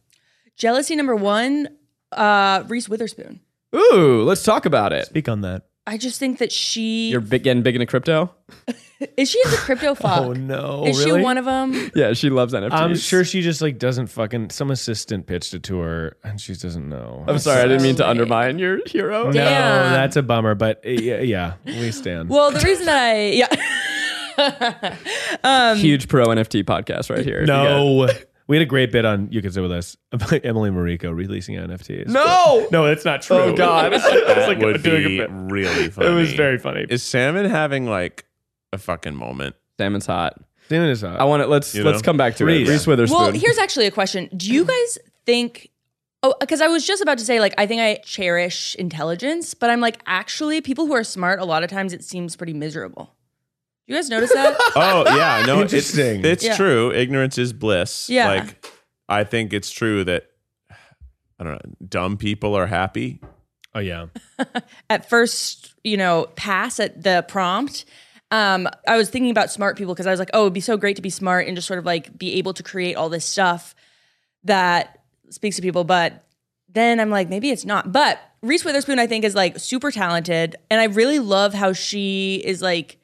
F: Jealousy number one, uh, Reese Witherspoon.
C: Ooh, let's talk about it.
E: speak on that.
F: I just think that she
C: You're big, getting big into crypto.
F: *laughs* is she into crypto fuck?
E: *laughs* Oh no,
F: Is
E: really?
F: she one of
E: *laughs*
F: them?
C: Yeah, she loves NFTs.
E: I'm sure she just like doesn't fucking. Some assistant pitched it to her, and she doesn't know.
C: I'm sorry, I didn't mean to
F: Absolutely.
C: undermine your hero.
E: No,
F: Damn.
E: that's a bummer. But uh, yeah, yeah, we stand.
F: Well, the reason that I yeah,
C: Huge pro NFT podcast right here.
E: No. We had a great bit on You Can Sit With Us *laughs* about Emily Marico releasing NFTs.
C: No!
E: But- No, that's not true.
C: Oh,
E: *laughs*
C: God.
E: It's like- it's
B: That
E: like
B: would
E: doing a
B: be
E: bit.
B: really funny.
E: It was very funny.
B: Is Salmon having like a fucking moment?
C: Salmon's hot.
E: Damon is hot.
C: I want to let's
B: You
C: let's
B: know?
C: come back to
E: Reese.
C: it. Reese Witherspoon.
F: well, here's actually a question. Do you guys think Oh, because I was just about to say, like, I think I cherish intelligence, but I'm like, actually, people who are smart, a lot of times it seems pretty miserable. You guys notice
E: *laughs*
F: that?
B: Oh yeah, no, it's
E: Interesting.
B: it's
F: Yeah.
B: true. Ignorance is bliss.
F: Yeah.
B: Like I think it's true that I don't know, dumb people are happy.
E: oh, yeah.
F: at first, you know, pass at the prompt, um, I was thinking about smart people because I was like, oh, it'd be so great to be smart and just sort of like be able to create all this stuff that speaks to people. But then I'm like, maybe it's not. But Reese Witherspoon, I think, is like super talented. And I really love how she is like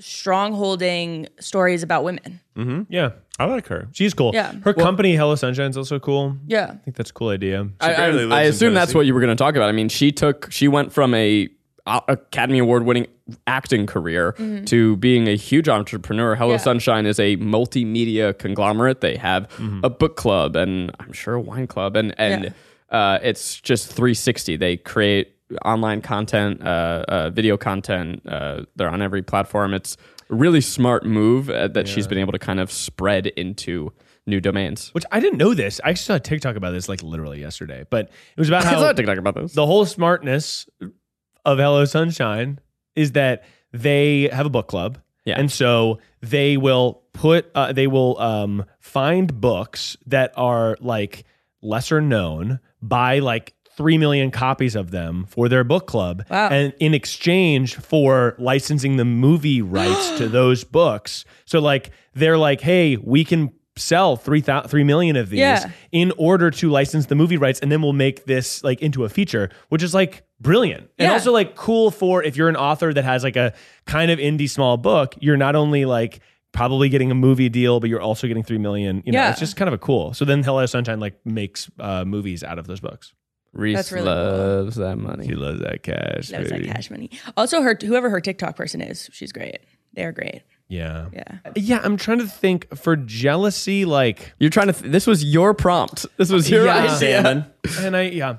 F: strongholding stories about women.
E: Yeah.
B: I like her.
E: She's cool.
F: Yeah.
E: Her company, Hello Sunshine, is also cool.
F: Yeah.
E: I think that's a cool idea.
C: I, I,
B: barely lives
C: I
B: in
C: assume that's
B: Tennessee.
C: what you were going to talk about. I mean, she took she went from a uh, Academy Award winning acting career to being a huge entrepreneur. Hello Sunshine is a multimedia conglomerate. They have
B: Mm-hmm.
C: a book club and I'm sure a wine club and and uh, it's just 360. They create online content, uh, uh, video content. Uh, they're on every platform. It's a really smart move uh, that she's been able to kind of spread into new domains.
E: Which I didn't know this. I actually saw a TikTok about this like literally yesterday, but it
C: *laughs*
E: was about
C: I
E: how
C: saw a TikTok about this.
E: the whole smartness of Hello Sunshine is that they have a book club.
C: Yeah.
E: And so they will put, uh, they will um, find books that are like lesser known, buy like 3 million copies of them for their book club.
F: Wow.
E: And in exchange for licensing
F: *gasps*
E: the movie rights to those books. So, like, they're like, hey, we can sell 3, thou- 3 million of these
F: Yeah.
E: in order to license the movie rights and then we'll make this like into a feature which is like brilliant and
F: Yeah.
E: also like cool for if you're an author that has like a kind of indie small book you're not only like probably getting a movie deal but you're also getting 3 million you know
F: Yeah.
E: it's just kind of a cool so then hello sunshine like makes uh, movies out of those books
C: Reese
F: That's really cool.
C: loves that money.
E: she loves that cash
F: That was like
E: baby.
F: cash money. Also, her whoever her TikTok person is, she's great. They're great.
E: yeah
F: Yeah.
E: yeah i'm trying to think for jealousy like
C: You're trying to. Th- this was your prompt. This was your
E: Yeah.
C: idea.
E: and I yeah.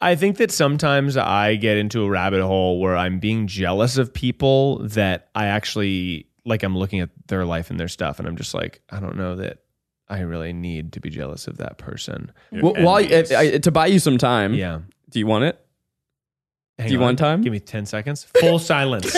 E: I think that sometimes I get into a rabbit hole where I'm being jealous of people that I actually like. I'm looking at their life and their stuff, and I'm just like, I don't know that I really need to be jealous of that person.
C: Well, while you, if, I, mm-hmm. to buy you some time,
E: Yeah.
C: do you want it?
E: Hang
C: Do you
E: on.
C: want time?
E: Give me 10 seconds.
C: *laughs*
E: Full silence.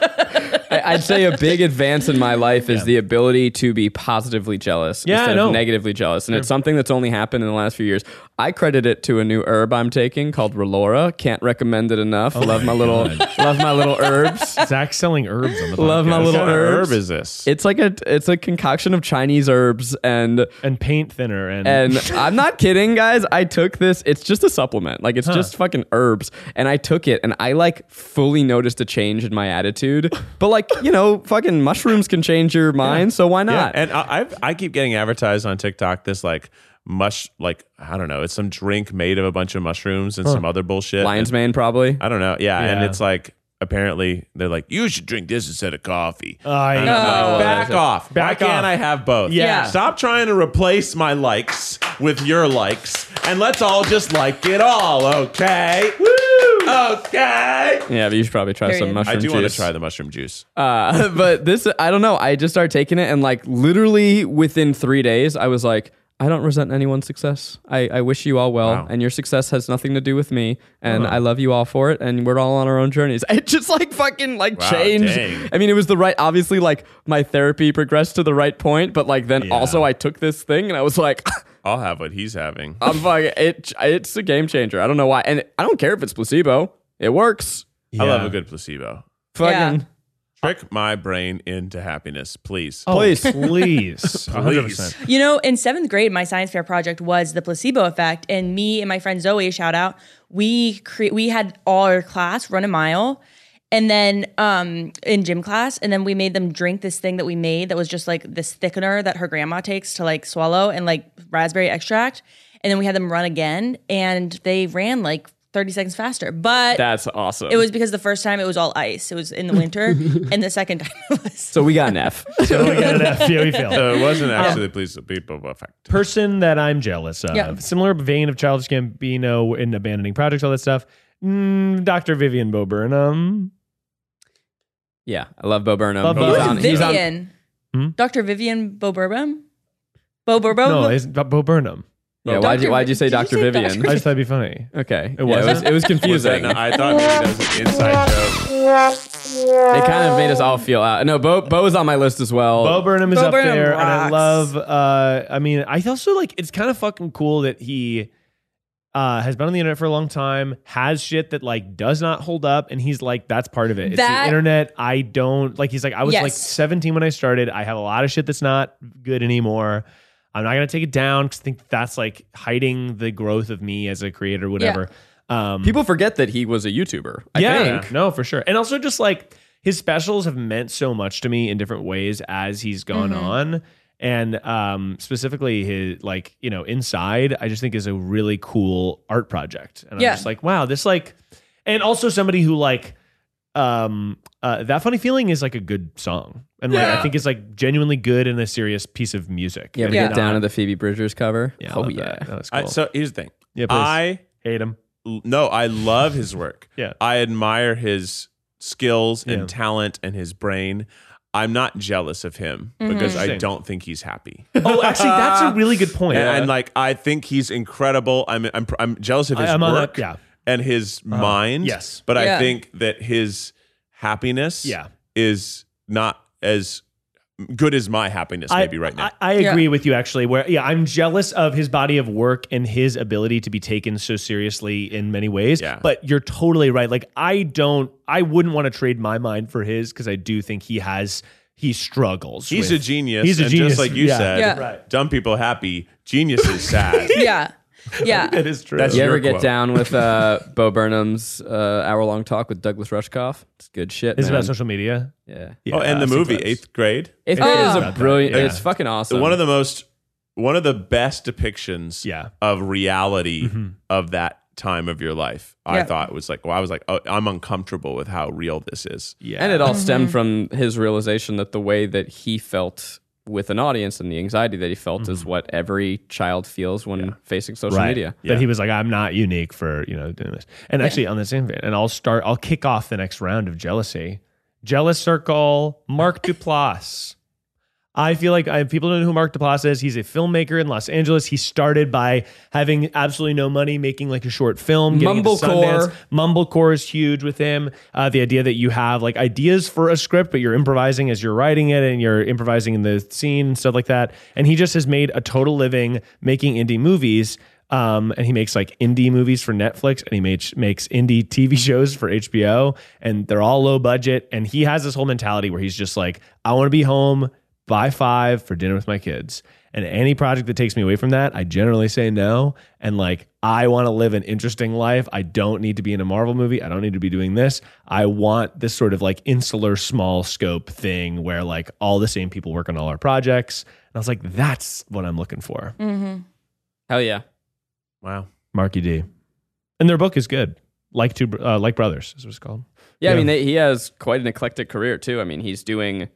C: I, I'd say a
F: *laughs*
C: big advance in my life is the ability to be positively jealous
E: Yeah, I
C: instead
E: know.
C: of negatively jealous. And it's something that's only happened in the last few years. I credit it to a new herb I'm taking called Relora. Can't recommend it
E: Oh
C: enough. love my little *laughs* love my little herbs.
E: Zach's selling herbs on the podcast.
C: Love my
B: What
C: little
B: kind of
C: herbs.
B: herb is this?
C: It's like a it's a concoction of Chinese herbs and
E: and paint thinner and,
C: and I'm not kidding, guys. I took this. It's just a supplement. Like it's just fucking herbs. And I took it and I like fully noticed a change in my attitude. But like, you know, fucking mushrooms can change your mind, so why
B: Yeah,
C: not?
B: and I, I've, I keep getting advertised on TikTok this like mush like I don't know, it's some drink made of a bunch of mushrooms and some other bullshit.
C: Lion's
B: And-
C: mane probably.
B: I don't know. Yeah, and
E: Yeah.
B: it's like apparently they're like you should drink this instead of coffee.
E: I
B: And I'm
E: know.
B: like, "Oh, back off.
E: Oh, Back
B: Why
E: off.
B: can't I have both?
E: Yeah.
B: Stop trying to replace my likes with your likes and let's all just like it all, okay? Woo! Okay.
C: Yeah, but you should probably try some mushroom
B: I do
C: juice.
B: want to try the mushroom juice.
C: Uh, but this, I don't know. I just started taking it, and like literally within three days, I was like, I don't resent anyone's success. I, I wish you all well,
B: Wow.
C: and your success has nothing to do with me, and I love you all for it, and we're all on our own journeys. *laughs* It just like fucking like
B: Wow,
C: changed.
B: dang.
C: I mean, it was the right. Obviously, like my therapy progressed to the right point, but like then also I took this thing, and I was like. *laughs*
B: I'll have what he's having.
C: I'm fucking it. It's a game changer. I don't know why, and I don't care if it's placebo. It works.
B: I love a good placebo.
C: Fucking
B: Trick my brain into happiness, please.
C: *laughs*
E: Oh,
C: Please.
E: Please. A hundred
B: Please.
E: percent.
F: You know, in seventh grade, my science fair project was the placebo effect, and me and my friend Zoe, shout out, we cre- we had all our class run a mile, and then um, in gym class, and then we made them drink this thing that we made that was just like this thickener that her grandma takes to like swallow and like raspberry extract, and then we had them run again, and they ran like thirty seconds faster, but.
C: That's awesome.
F: it was because the first time it was all ice. It was in the winter, and the second time it was
C: so we got an
F: *laughs*
C: F.
E: So we
C: *laughs*
E: got an F. E, Yeah, we failed.
B: So it wasn't
E: *laughs*
B: actually please people effect.
E: person that I'm jealous of.
F: Yeah.
E: Similar vein of Childish Gambino in abandoning projects, all that stuff. Mm, Dr. Vivian Bo Burnham.
C: Yeah, I love Bo Burnham.
E: Love Bo
C: he's
E: Burnham.
C: on, he's on-
F: Vivian. Dr. Vivian Boburbum? Boburbum?
E: Hmm? No, it's Bo Burnham.
C: yeah, why'd you,
F: Dr.
C: why'd you say
F: Did you
C: Dr.
F: say
C: Vivian?
E: I just thought it'd be funny.
C: *laughs* Okay. It,
E: wasn't?
C: it was. It was
B: Was that
C: confusing.
B: not- I thought maybe that was an inside joke.
C: They kind of made us all feel out. No, Bo, Bo is on my list as well.
E: Bo Burnham is
F: Bo
E: up
F: Burnham
E: there, and I
F: rocks.
E: love. Uh, I mean, I also like. It's kind of fucking cool that he uh, has been on the internet for a long time, has shit that like does not hold up, and he's like, that's part of it. It's the
F: That-
E: internet. I don't like. He's like, I was like
F: Yes.
E: 17 when I started. I have a lot of shit that's not good anymore. I'm not gonna take it down because I think that's like hiding the growth of me as a creator, whatever. Um,
C: People forget that he was a YouTuber. I
E: yeah,
C: think.
E: no, for sure. And also just like his specials have meant so much to me in different ways as he's gone
B: Mm-hmm.
E: on. And um, specifically his like, you know, inside, I just think is a really cool art project. And
F: Yeah.
E: I'm just like, wow, this like and also somebody who like um uh that funny feeling is like a good song. And like I think it's like genuinely good and a serious piece of music.
C: You ever
E: And
C: get
E: not-
C: down to the Phoebe Bridgers cover?
E: Yeah, I
C: oh
E: love
C: yeah.
E: That. That was cool.
B: I, so here's the thing.
E: yeah, please.
B: I
E: hate him.
B: no, I love his work.
E: *laughs* Yeah.
B: I admire his skills and
E: Yeah.
B: talent and his brain. I'm not jealous of him
F: Mm-hmm.
B: because I
E: Interesting.
B: don't think he's
E: *laughs*
B: happy.
E: Oh, actually that's a
B: *laughs*
E: really good point.
B: And, and, like I think he's incredible. I'm I'm, I'm jealous of
E: I-
B: his
E: I'm on
B: work
E: that- yeah. Uh-huh.
B: and his mind.
E: Yes.
B: but I
F: Yeah.
B: think that his happiness
E: Yeah.
B: is not as good as my happiness maybe right now.
E: I, I agree
F: Yeah.
E: with you actually. Where yeah, I'm jealous of his body of work and his ability to be taken so seriously in many ways.
B: Yeah.
E: But you're totally right. Like I don't I wouldn't want to trade my mind for his because I do think he has he struggles.
B: he's
E: with-
B: a genius.
E: He's a
B: and
E: genius.
B: just like you
E: Yeah.
B: said.
F: Yeah.
E: Right.
B: Dumb people happy, geniuses
F: *laughs*
B: sad.
F: *laughs* yeah. Yeah.
E: That is true.
B: That's
C: You ever
B: your
C: get
B: quote.
C: down with
E: *laughs*
C: uh, Bo Burnham's uh, hour-long talk with Douglas Rushkoff? It's good shit.
E: It's
C: man.
E: about social media.
C: Yeah.
B: Oh, and the movie
E: Yeah, sometimes.
B: Eighth Grade.
C: Eighth grade
F: Oh.
C: is a
E: About that,
C: brilliant.
E: yeah.
C: It's fucking awesome.
B: one of the most one of the best depictions
E: Yeah. Mm-hmm.
B: of reality of that time of your life i
F: Yeah.
B: thought was like well i was like oh, i'm uncomfortable with how real this is
E: Yeah.
C: And it all stemmed from his realization that the way that he felt with an audience and the anxiety that he felt
E: Mm-hmm.
C: is what every child feels when facing social media.
E: That he was like, I'm not unique for, you know, doing this. And actually on the same vein, and I'll start I'll kick off the next round of jealousy. Jealous Circle, Mark Duplass. I feel like I, people don't know who Mark Duplass is. He's a filmmaker in Los Angeles. He started by having absolutely no money, making like a short film. getting into
C: Mumblecore.
E: Sundance. Mumblecore is huge with him. Uh, the idea that you have like ideas for a script, but you're improvising as you're writing it and you're improvising in the scene and stuff like that. And he just has made a total living making indie movies. Um, and he makes like indie movies for Netflix and he makes, makes indie TV *laughs* shows for HBO and they're all low budget. And he has this whole mentality where he's just like, I want to be home by five for dinner with my kids. And any project that takes me away from that, I generally say no. And like, I want to live an interesting life. I don't need to be in a Marvel movie. I don't need to be doing this. I want this sort of like insular, small scope thing where like all the same people work on all our projects. And I was like, that's what I'm looking for.
C: Mm. Hell yeah.
B: Wow.
E: Marky E D. And their book is good. Like two, uh, like brothers is what it's called.
C: Yeah, I
E: Yeah.
C: mean, they, he has quite an eclectic career too. I mean, he's doing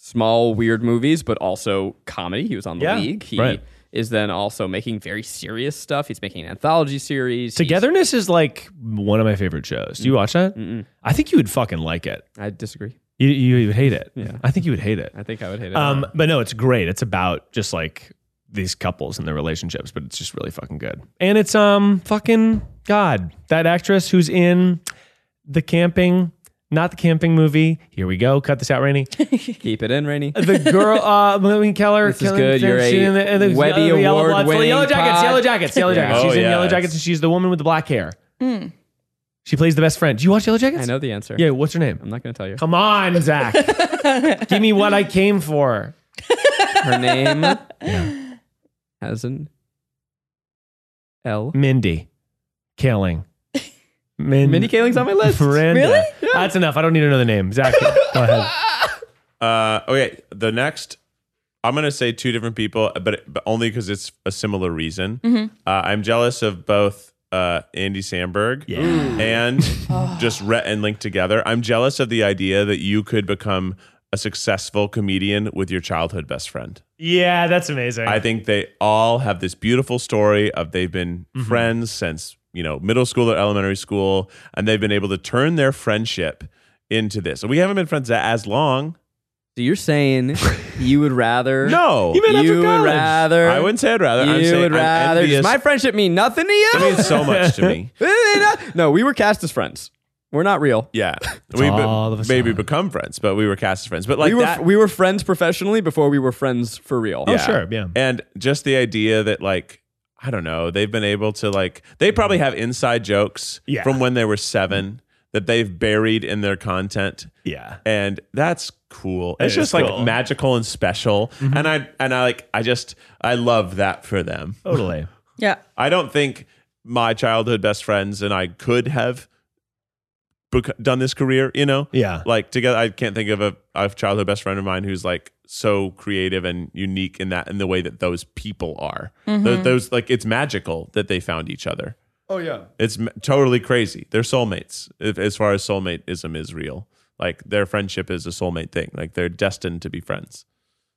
C: small, weird movies, but also comedy. He was on the
E: Yeah,
C: league. He
E: right.
C: is then also making very serious stuff. He's making an anthology series. He's-
E: Togetherness is like one of my favorite shows. Do you watch that?
C: Mm. Mm-mm.
E: I think you would fucking like it.
C: I disagree.
E: You, you would hate it. Yeah. I think you would hate it.
C: I think I would hate it.
E: Um, but no, it's great. It's about just like these couples and their relationships, but it's just really fucking good. And it's um fucking God, that actress who's in the camping, not the camping movie. Here we go. Cut this out, Rainey.
C: Keep it in,
E: *laughs*
C: Rainy.
E: The girl, uh, Lillian Keller.
C: This is
E: Kelly-
C: good. You're
E: she
C: a
E: in the- and the-
C: Webby
E: the yellow
C: Award
E: bloods-
C: winning
E: Yellow jackets,
C: pod.
E: yellow jackets, yellow
C: Yeah.
E: jackets.
B: Oh,
E: She's in
B: yeah,
E: yellow
B: it's-
E: jackets, and she's the woman with the black hair. She plays the best friend. Do you watch Yellow Jackets?
C: I know the answer.
E: Yeah. What's her name?
C: I'm not going to tell you.
E: Come
C: *laughs*
E: on, Zach. Give me what I came for.
C: Her name has an L.
E: Mindy
B: *laughs*
E: Kaling. Min-
C: Mindy Kaling's on my list.
E: Miranda. That's enough. I don't need another name. Zach,
B: *laughs*
E: go ahead.
B: Uh, okay, the next, I'm gonna say two different people, but, but only because it's a similar reason. Uh, I'm jealous of both uh, Andy Samberg *gasps* and just Rhett and Link together. I'm jealous of the idea that you could become a successful comedian with your childhood best friend.
E: Yeah, that's amazing.
B: I think they all have this beautiful story of they've been
E: Mm-hmm.
B: friends since you know middle school or elementary school, and they've been able to turn their friendship into this. And we haven't been friends a- as long.
C: So you're saying you would
B: *laughs*
C: rather.
B: No,
E: You met after
C: You would
E: college.
C: rather.
B: I wouldn't say I'd rather.
C: You
B: I'm saying
C: would
B: I'm
C: rather. Does
B: envious.
C: my friendship mean nothing to you?
B: It
E: *laughs*
B: means so much to me.
C: *laughs* no, we were cast as friends. We're not real.
B: Yeah, we
E: all of
B: be,
E: a
B: maybe
E: sudden.
B: become friends, but we were cast as friends. But like
C: we were
B: that,
C: we were friends professionally before we were friends for real.
E: oh, sure. Yeah.
B: and just the idea that like I don't know, they've been able to like they probably have inside jokes
E: Yeah.
B: from when they were seven that they've buried in their content.
E: Yeah.
B: and that's cool. It's
E: is
B: just
E: cool. Mm-hmm.
B: like magical and special, and I and I like I just I love that for them.
E: Totally.
F: Yeah.
B: I don't think my childhood best friends and I could have bec- done this career. You know,
E: Yeah.
B: like together. I can't think of a, a childhood best friend of mine who's like so creative and unique in that in the way that those people are. Tho-
C: Mm-hmm.
B: Those, like it's magical that they found each other. Oh yeah, it's m- totally crazy. They're soulmates if, as far as soulmateism is real. Like their friendship is a soulmate thing. Like they're destined to be friends.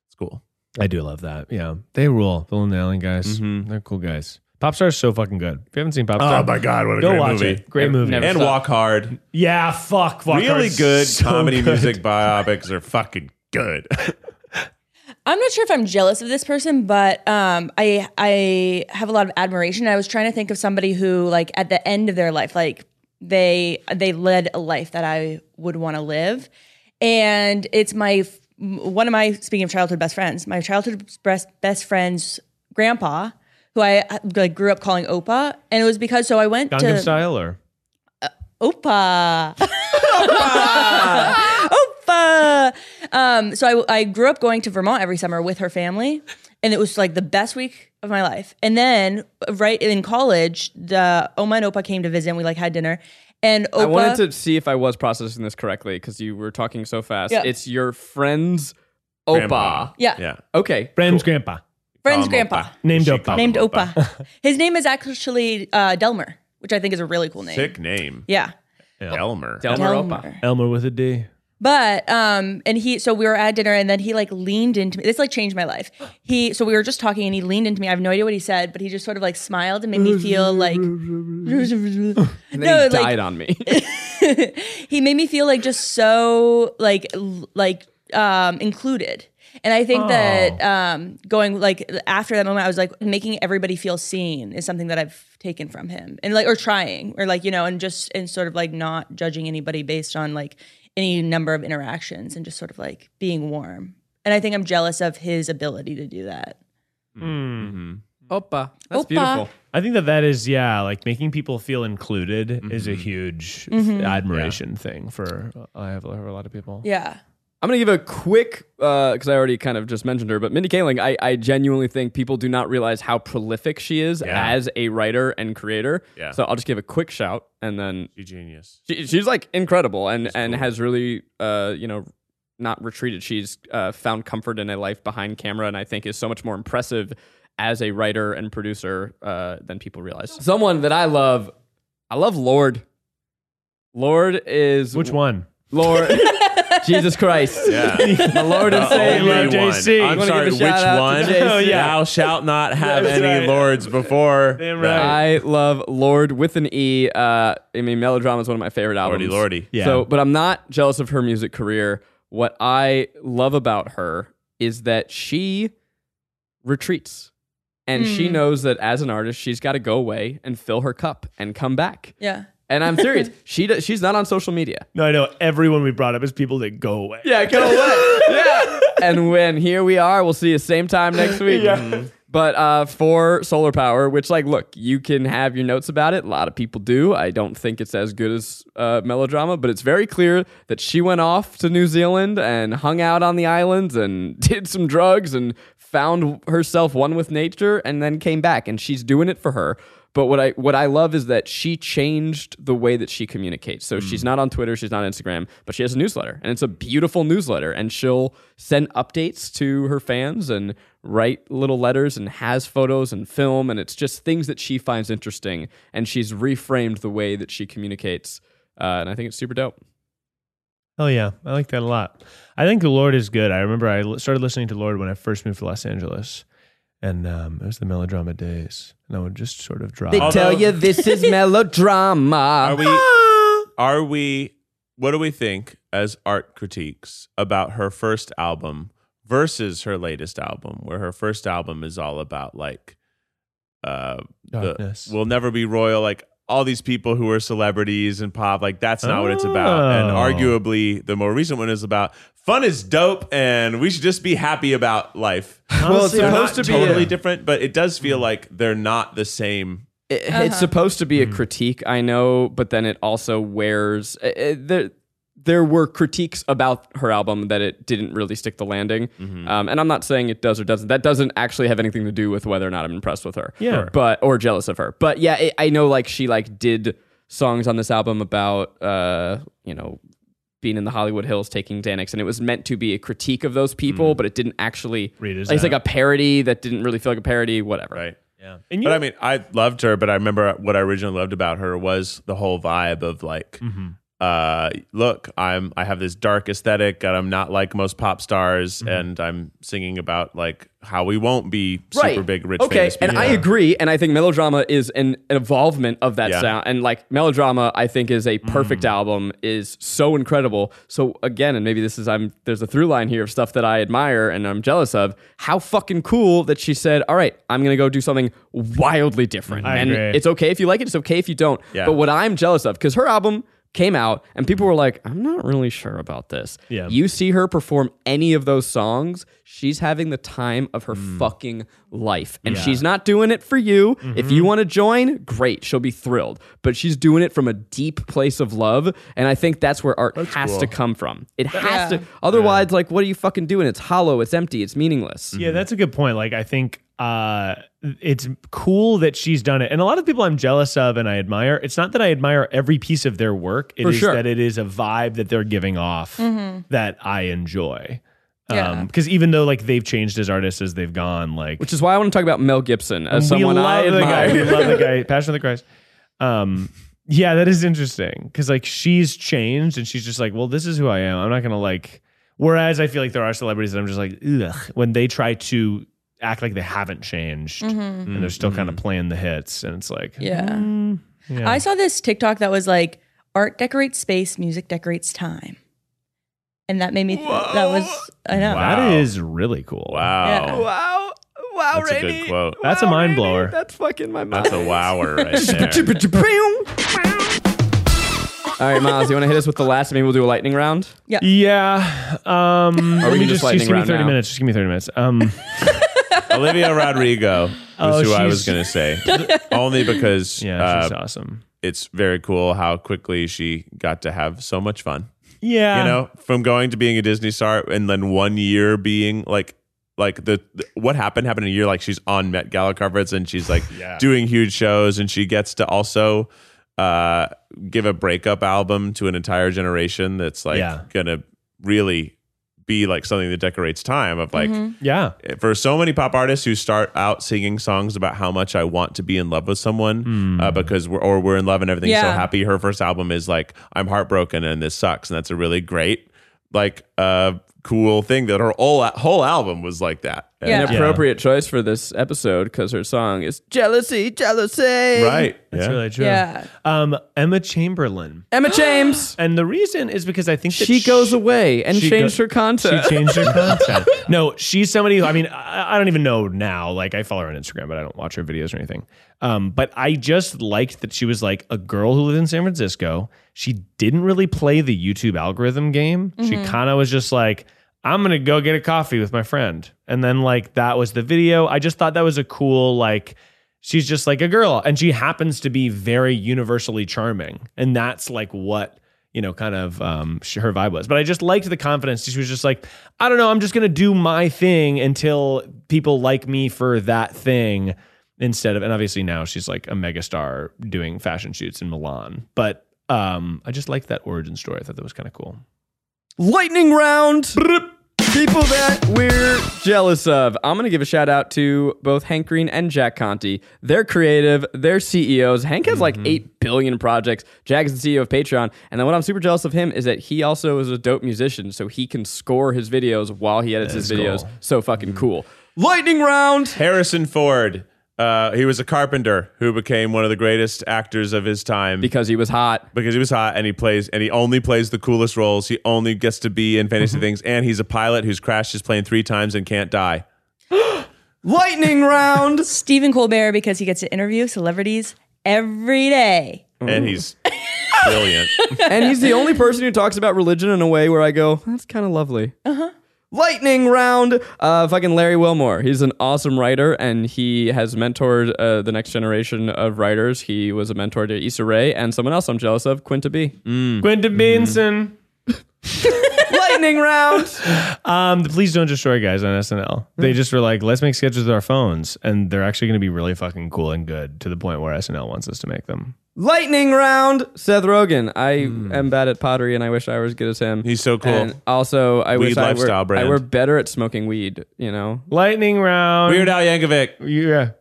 B: It's cool.
E: I do love that. Yeah. They rule. The Lynn Allen guys.
B: Mm-hmm.
E: They're cool guys. Popstar is so fucking good. If you haven't seen Popstar,
B: Oh god, what
E: Um, go watch it. Great movie.
C: never-
B: And
C: Stop.
B: walk hard.
E: yeah, fuck. Walk
B: really
E: Hard's
B: good
E: so
B: comedy
E: good.
B: music biopics are fucking
C: *laughs*
B: good.
F: I'm not sure if I'm jealous of this person, but um, I I have a lot of admiration. I was trying to think of somebody who, like, at the end of their life, like they they led a life that I would want to live, and it's my f- m- one of my speaking of childhood best friends, my childhood best best friend's grandpa, who I uh, like grew up calling Opa, and it was because so I went
E: Gangnam
F: to
E: Style or?
F: Opa. *laughs* Opa. Um, so I, I grew up going to Vermont every summer with her family, and it was like the best week of my life. And then right in college, the Oma and Opa came to visit, and we like had dinner. And Opa,
C: I wanted to see if I was processing this correctly because you were talking so fast.
F: Yeah.
C: It's your friend's opa.
B: Grandpa.
F: yeah,
B: yeah.
C: Okay.
E: Friend's grandpa.
F: friend's
B: Um,
F: grandpa
B: Opa.
E: Named
B: She
E: Opa.
B: called
F: named
B: him
C: *laughs*
F: Opa. His name is actually uh, Delmer, which I think is a really cool name.
B: Sick name.
F: Yeah,
B: Elmer.
C: Delmer opa.
F: Delmer.
E: Elmer with a D.
F: But um, and he so we were at dinner and then he like leaned into me. This like changed my life. He so we were just talking and he leaned into me. I have no idea what he said, but he just sort of like smiled and made me feel
C: *laughs*
F: like *laughs* no,
C: And then he
F: like,
C: died on me. *laughs*
F: he made me feel like just so like l- like um included and i think that um going like after that moment i was like making everybody feel seen is something that i've taken from him and like or trying or like you know and just and sort of like not judging anybody based on like any number of interactions and just sort of like being warm and i think i'm jealous of his ability to do that
E: Hmm.
C: Opa. That's
F: Opa.
C: beautiful.
E: I think that that is yeah, like making people feel included is
C: Mm-hmm.
E: a huge admiration thing for uh, I have, I have a lot of people.
F: yeah
C: I'm going to give a quick, because I already kind of just mentioned her, but Mindy Kaling, I, I genuinely think people do not realize how prolific she is
E: Yeah.
C: as a writer and creator.
B: Yeah.
C: So I'll just give a quick shout and then
B: You genius.
C: she, she's like incredible and and has really uh you know not retreated she's uh found comfort in a life behind camera and i think is so much more impressive as a writer and producer uh than people realize someone that i love i love lord lord is
E: Which one?
C: lord jesus christ
B: Yeah.
C: *laughs* the lord and
B: The
C: savior
E: Lord
B: only one.
E: JC.
B: I'm
C: Wanna
B: sorry,
C: give
B: which
C: a shout out to
B: one?
C: JC. Oh, yeah.
B: Thou shalt
E: *laughs*
B: not have
E: That's
B: any
E: right.
B: lords before.
E: Damn
B: that.
E: right.
C: I love Lord with an E. Uh, I mean, Melodrama is one of my favorite albums.
B: Lordy, lordy.
E: Yeah.
C: So, but I'm not jealous of her music career. What I love about her is that she retreats, and she knows that as an artist, she's got to go away and fill her cup and come back.
F: yeah
C: And I'm serious. she does, she's not on social media.
E: No, I know everyone we brought up is people that go away.
C: Yeah, go *laughs* away. yeah. And when here we are, we'll see you same time next week. But uh, for solar power, which like, look, you can have your notes about it. A lot of people do. I don't think it's as good as uh, melodrama, but it's very clear that she went off to New Zealand and hung out on the islands and *laughs* did some drugs and found herself one with nature, and then came back. And she's doing it for her. But what I what I love is that she changed the way that she communicates. So she's not on Twitter, she's not on Instagram, but she has a newsletter, and it's a beautiful newsletter. And she'll send updates to her fans and write little letters and has photos and film, and it's just things that she finds interesting. And she's reframed the way that she communicates, uh, and I think it's super dope.
E: Oh yeah, I like that a lot. I think the Lord is good. I remember I l- started listening to Lord when I first moved to Los Angeles, and um, it was the melodrama days, and I would just sort of drive.
B: Although- tell you *laughs*
C: this is melodrama.
B: Are we?
C: *laughs*
B: Are we? What do we think as art critiques about her first album versus her latest album, where her first album is all about like, uh,
E: Darkness.
B: the, we'll never be royal, like all these people who are celebrities and pop, like that's not what it's about. And
E: Oh.
B: arguably, the more recent one is about fun is dope, and we should just be happy about life.
C: Well, it's
E: Honestly, I'm
B: They're
E: not
C: supposed
B: not
C: to be
B: totally
C: a-
B: different, but it does feel like they're not the same.
C: It- It's supposed to
E: Hmm.
C: be a critique, I know, but then it also wears uh, uh, there. There were critiques about her album that it didn't really stick the landing,
E: Mm-hmm.
C: um, and I'm not saying it does or doesn't. That doesn't actually have anything to do with whether or not I'm impressed with her,
E: Yeah.
C: but or jealous of her. But yeah, it, I know like she like did songs on this album about uh, you know being in the Hollywood Hills taking Xanax, and it was meant to be a critique of those people, but it didn't actually.
E: Mm-hmm. Read as
C: it's
E: that.
C: like a parody that didn't really feel like a parody, whatever.
B: Right.
E: Yeah. And you,
B: But I mean, I loved her, but I remember what I originally loved about her was the whole vibe of like,
C: Mm.
E: Mm-hmm.
B: uh, look, I'm I have this dark aesthetic and I'm not like most pop stars
C: Mm-hmm.
B: and I'm singing about like how we won't be super big rich
C: okay
B: famous
C: and
B: people.
C: i agree and i think melodrama is an involvement of that
B: Yeah. Mm.
C: sound and like melodrama i think is a perfect album is so incredible so again and maybe this is i'm there's a through line here of stuff that i admire and i'm jealous of how fucking cool that she said all right i'm gonna go do something wildly different
E: I
C: and
E: agree.
C: it's okay if you like it it's okay if you don't
B: Yeah.
C: but what i'm jealous of because her album came out and people were like i'm not really sure about this
E: Yeah.
C: you see her perform any of those songs, she's having the time of her
E: Mm.
C: fucking life. And she's not doing it for you. If
E: Mm-hmm.
C: you want to join, great. She'll be thrilled. But she's doing it from a deep place of love. And I think that's where art has to come from. It has to. Otherwise, like, what are you fucking doing? It's hollow, it's empty, it's meaningless.
E: Yeah, that's a good point. Like, I think uh, it's cool that she's done it, and a lot of people I'm jealous of and I admire. It's not that I admire every piece of their work; it is
C: For sure.
E: that it is a vibe that they're giving off that I enjoy. Because even though like they've changed as artists as they've gone, like
C: Which is why I want to talk about Mel Gibson as
E: we
C: someone
E: love
C: I
E: the guy, we
C: admire.
E: love the guy, Passion of the Christ. Um, Yeah, that is interesting because like she's changed and she's just like, well, this is who I am. I'm not gonna like. Whereas I feel like there are celebrities that I'm just like, ugh, when they try to act like they haven't changed
C: Mm-hmm.
E: and they're still kind of playing the hits, and it's like,
F: Mm-hmm. Yeah.
E: mm, yeah.
F: I saw this TikTok that was like, art decorates space, music decorates time. And that made me, th- that was, I know.
E: that is really cool.
B: Wow.
F: Yeah.
C: *laughs* Wow. Wow,
B: That's a good
C: Rainey.
B: quote.
E: That's a
C: Wow,
E: mind
C: Rainey.
E: blower.
C: That's fucking my mouth.
B: That's a wower
E: *laughs*
B: right there.
C: All right, Miles, you want to hit us with the last? Maybe we'll do a lightning round.
E: Yeah.
C: Or we can
E: Um, let me
C: just
E: just,
C: lightning
E: just give me
C: round
E: 30
C: now.
E: minutes. Just give me 30 minutes.
C: *laughs*
E: Um,
B: Olivia Rodrigo is
E: Oh,
B: who I was
E: she's-
B: going to
E: *laughs*
B: say. Only because
E: yeah, she's
B: uh,
E: awesome.
B: it's very cool how quickly she got to have so much fun.
E: Yeah.
B: you know, from going to being a Disney star and then one year being like like the, the- what happened happened in a year like she's on Met Gala covers and she's like doing huge shows and she gets to also uh give a breakup album to an entire generation that's like
E: Yeah.
B: gonna really be like something that decorates time of like
E: Yeah.
B: for so many pop artists who start out singing songs about how much I want to be in love with someone
E: Hmm.
B: uh, because we're or we're in love and everything's so
F: Yeah.
B: happy. Her first album is like I'm heartbroken and this sucks, and that's a really great like uh cool thing that her whole whole album was like that. And-
F: Yeah.
C: An appropriate choice for this episode because her song is Jealousy, Jealousy.
B: Right.
E: That's
B: yeah.
E: really true.
F: Yeah.
E: Um, Emma Chamberlain.
C: Emma James.
E: And the reason is because I think that
C: she goes away and
E: she
C: changed
E: go-
C: her content.
E: She changed her
C: *laughs*
E: content. No, she's somebody who, I mean, I, I don't even know now. Like, I follow her on Instagram, but I don't watch her videos or anything. Um, but I just liked that she was like a girl who lived in San Francisco. She didn't really play the YouTube algorithm game. She
C: Mm-hmm.
E: kind of was just like, I'm going to go get a coffee with my friend. And then, like, that was the video. I just thought that was a cool, like, she's just like a girl and she happens to be very universally charming and that's like what you know kind of um sh- her vibe was but i just liked the confidence she was just like i don't know i'm just gonna do my thing until people like me for that thing instead of and obviously now she's like a megastar doing fashion shoots in milan but um i just liked that origin story i thought that was kind of cool
C: Lightning round. People that we're jealous of. I'm going to give a shout out to both Hank Green and Jack Conti. They're creative, they're CEOs. Hank has like 8 billion projects. Jack is the CEO of Patreon. And then what I'm super jealous of him is that he also is a dope musician, so he can score his videos while he edits his videos. So fucking cool. Mm-hmm. Lightning round.
B: Harrison Ford. Uh, he was a carpenter who became one of the greatest actors of his time.
C: Because he was hot.
B: because he was hot and he plays and he only plays the coolest roles. He only gets to be in
E: Mm-hmm.
B: fantasy things, and he's a pilot who's crashed his plane three times and can't die.
C: Lightning round. *laughs*
F: Stephen Colbert because he gets to interview celebrities every day.
E: Mm-hmm.
B: And he's brilliant.
C: and he's the only person who talks about religion in a way where I go, that's kind of lovely. Uh huh. Lightning round. Uh, fucking Larry Wilmore. He's an awesome writer, and he has mentored uh, the next generation of writers. He was a mentor to Issa Rae and someone else I'm jealous of, Quinta B.
B: Mm.
E: gwenda
B: Mm-hmm.
E: benson
C: Lightning round.
E: Um, the Please Don't Destroy guys on SNL.
B: Mm-hmm.
E: They just were like, let's make sketches with our phones. And they're actually going to be really fucking cool and good to the point where SNL wants us to make them.
C: Lightning round. Seth Rogen. I am bad at pottery, and I wish I were as good as him.
B: Mm. He's so cool.
C: And also, I
B: Weed
C: wish I were,
B: lifestyle brand.
C: I were better at smoking weed. You know,
E: Lightning round.
B: Weird Al Yankovic.
E: Yeah.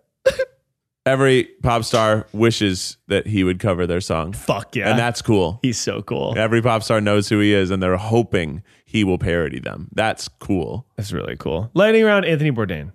B: Every pop star wishes that he would cover their song,
E: Fuck yeah.
B: and that's cool.
E: He's so cool.
B: Every pop star knows who he is, and they're hoping he will parody them. That's cool.
E: That's really cool. Lightning round, Anthony Bourdain.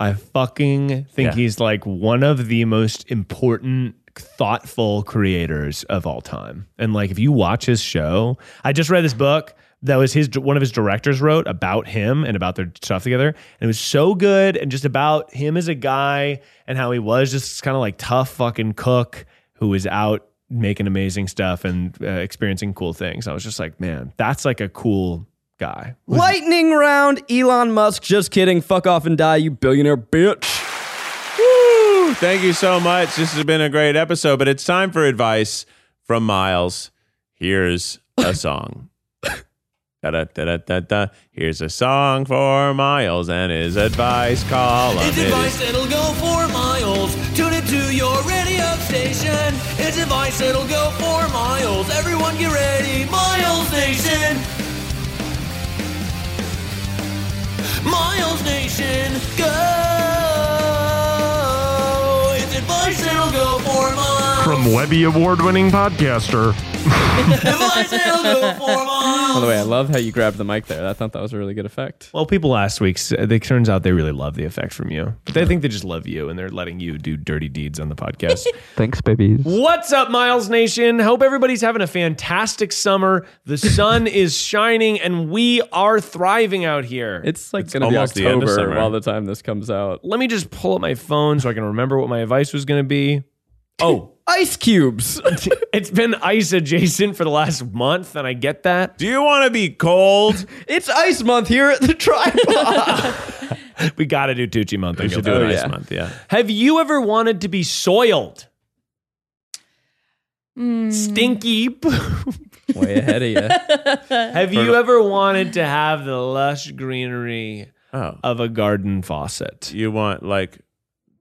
E: I fucking think
B: Yeah.
E: he's like one of the most important, thoughtful creators of all time. And like, if you watch his show, I just read this book that was his one of his directors wrote about him and about their stuff together and it was so good and just about him as a guy and how he was just kind of like tough fucking cook who was out making amazing stuff and uh, experiencing cool things i was just like man that's like a cool guy
C: Lightning round, Elon Musk. Just kidding. Fuck off and die, you billionaire bitch.
B: Woo! Thank you so much. This has been a great episode, but it's time for advice from Miles. Here's a song. Da-da-da-da-da-da. Here's a song for Miles and his advice column.
G: It's
B: It is-
G: advice that'll go for miles. Tune it to your radio station. It's advice that'll go for miles. Everyone get ready. Miles Nation. Miles Nation, go. It's advice that'll go for miles.
H: From Webby Award winning podcaster,
G: If I sail go four miles.
C: By the way, I love how you grabbed the mic there. I thought that was a really good effect.
E: Well, people last week, s- they turns out they really love the effect from you. But they think they just love you and they're letting you do dirty deeds on the podcast.
I: Thanks, babies.
E: What's up, Miles Nation? Hope everybody's having a fantastic summer. The sun is shining and we are thriving out here.
C: It's like going to be
B: almost the end of
C: October
B: summer.
C: while the time this
B: *laughs*
C: comes out.
E: Let me just pull up my phone so I can remember what my advice was going to be. Oh,
C: Ice cubes. *laughs*
E: it's been ice adjacent for the last month, and I get that.
B: Do you want to be cold?
C: it's ice month here at the tripod.
E: We got to do Tucci month. I
B: we
E: feel
B: should
E: bad.
B: do an
C: Oh,
B: ice
C: yeah.
B: month. Yeah.
E: Have you ever wanted to be soiled? Stinky.
C: *laughs* Way ahead of you. *laughs*
E: Have you ever wanted to have the lush greenery
B: Oh,
E: of a garden faucet?
B: you want like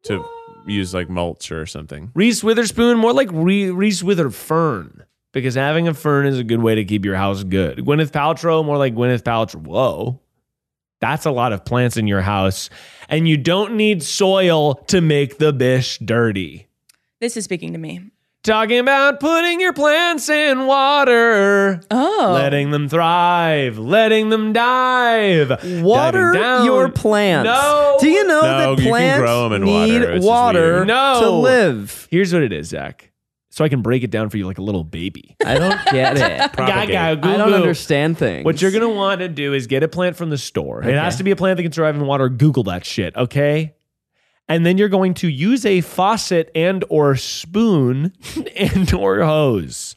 B: to use like mulch or something?
E: Reese Witherspoon, more like Re- Reese Wither Fern, because having a fern is a good way to keep your house good. Gwyneth Paltrow, more like Gwyneth Paltrow. Whoa, that's a lot of plants in your house, and you don't need soil to make the bish dirty.
F: This is speaking to me.
E: Talking about putting your plants in water.
F: Oh.
E: Letting them thrive, letting them dive.
C: Water
E: diving down.
C: your plants.
E: No.
C: Do you
B: No,
C: know that
B: you can
C: plants
B: grow 'em in water.
C: need
B: It's just
C: water
B: weird.
E: No.
C: to live?
E: Here's what it is, Zach. So I can break it down for you like a little baby.
C: I don't
B: *laughs*
C: get it.
B: Propagate.
E: Gaga, goo
C: I don't
E: goo.
C: understand things.
E: What you're gonna want to do is get a plant from the store. It has to be a plant that can survive in water. Google that shit, okay? And then you're going to use a faucet and or spoon *laughs* and or hose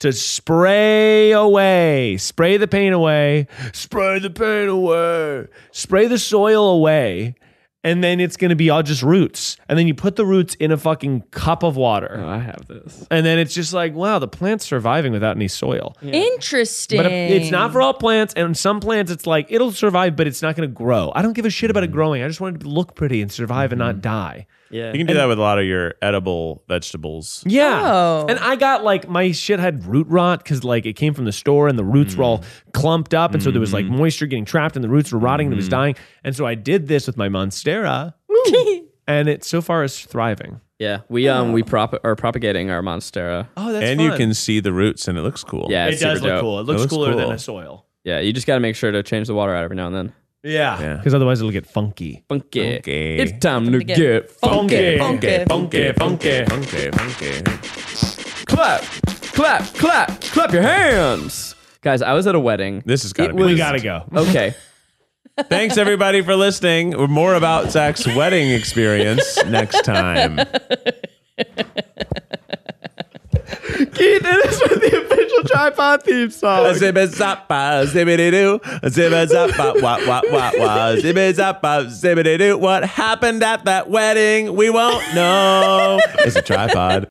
E: to spray away, spray the paint away, spray the paint away, spray the soil away, and then it's gonna be all just roots. And then you put the roots in a fucking cup of water.
C: Oh, I have this.
E: And then it's just like, wow, the plant's surviving without any soil.
F: Interesting.
E: But it's not for all plants, and some plants it's like it'll survive, but it's not going to grow. I don't give a shit about it growing. I just want it to look pretty and survive and not die.
C: Yeah.
B: You can do that with a lot of your edible vegetables.
E: Yeah.
F: Oh.
E: And I got like my shit had root rot because like it came from the store and the roots were all clumped up, and so there was like moisture getting trapped, and the roots were rotting, and it was dying. And so I did this with my *laughs* monstera, and it so far is thriving.
C: yeah. We um we prop are propagating our monstera.
E: Oh, that's
B: and you can see the roots and it looks cool.
C: Yeah,
E: It
C: it's super
E: does look
C: dope.
E: cool. It looks,
B: looks
E: cooler than
B: cool.
E: a soil.
C: Yeah, you just got to make sure to change the water out every now and then.
E: Yeah. Because otherwise it'll get funky.
C: Funky.
B: Okay.
C: It's time to
F: get
C: get funky.
F: Funky.
E: funky, funky.
B: funky, funky.
C: Clap, clap, clap, clap your hands. Guys, I was at a wedding.
B: This has got to
C: It
B: be.
E: We
B: *laughs*
C: was-
E: gotta go.
C: Okay.
B: Thanks everybody for listening. More about Zach's wedding experience next time.
C: *laughs* Keith, it is with the official tripod theme song.
B: Zibba-zappa, zibbity-doo. Zibba-zappa, wah, wah, wah, wah. Zibba-zappa, zibbity-doo. What happened at that wedding? We won't know. It's a tripod.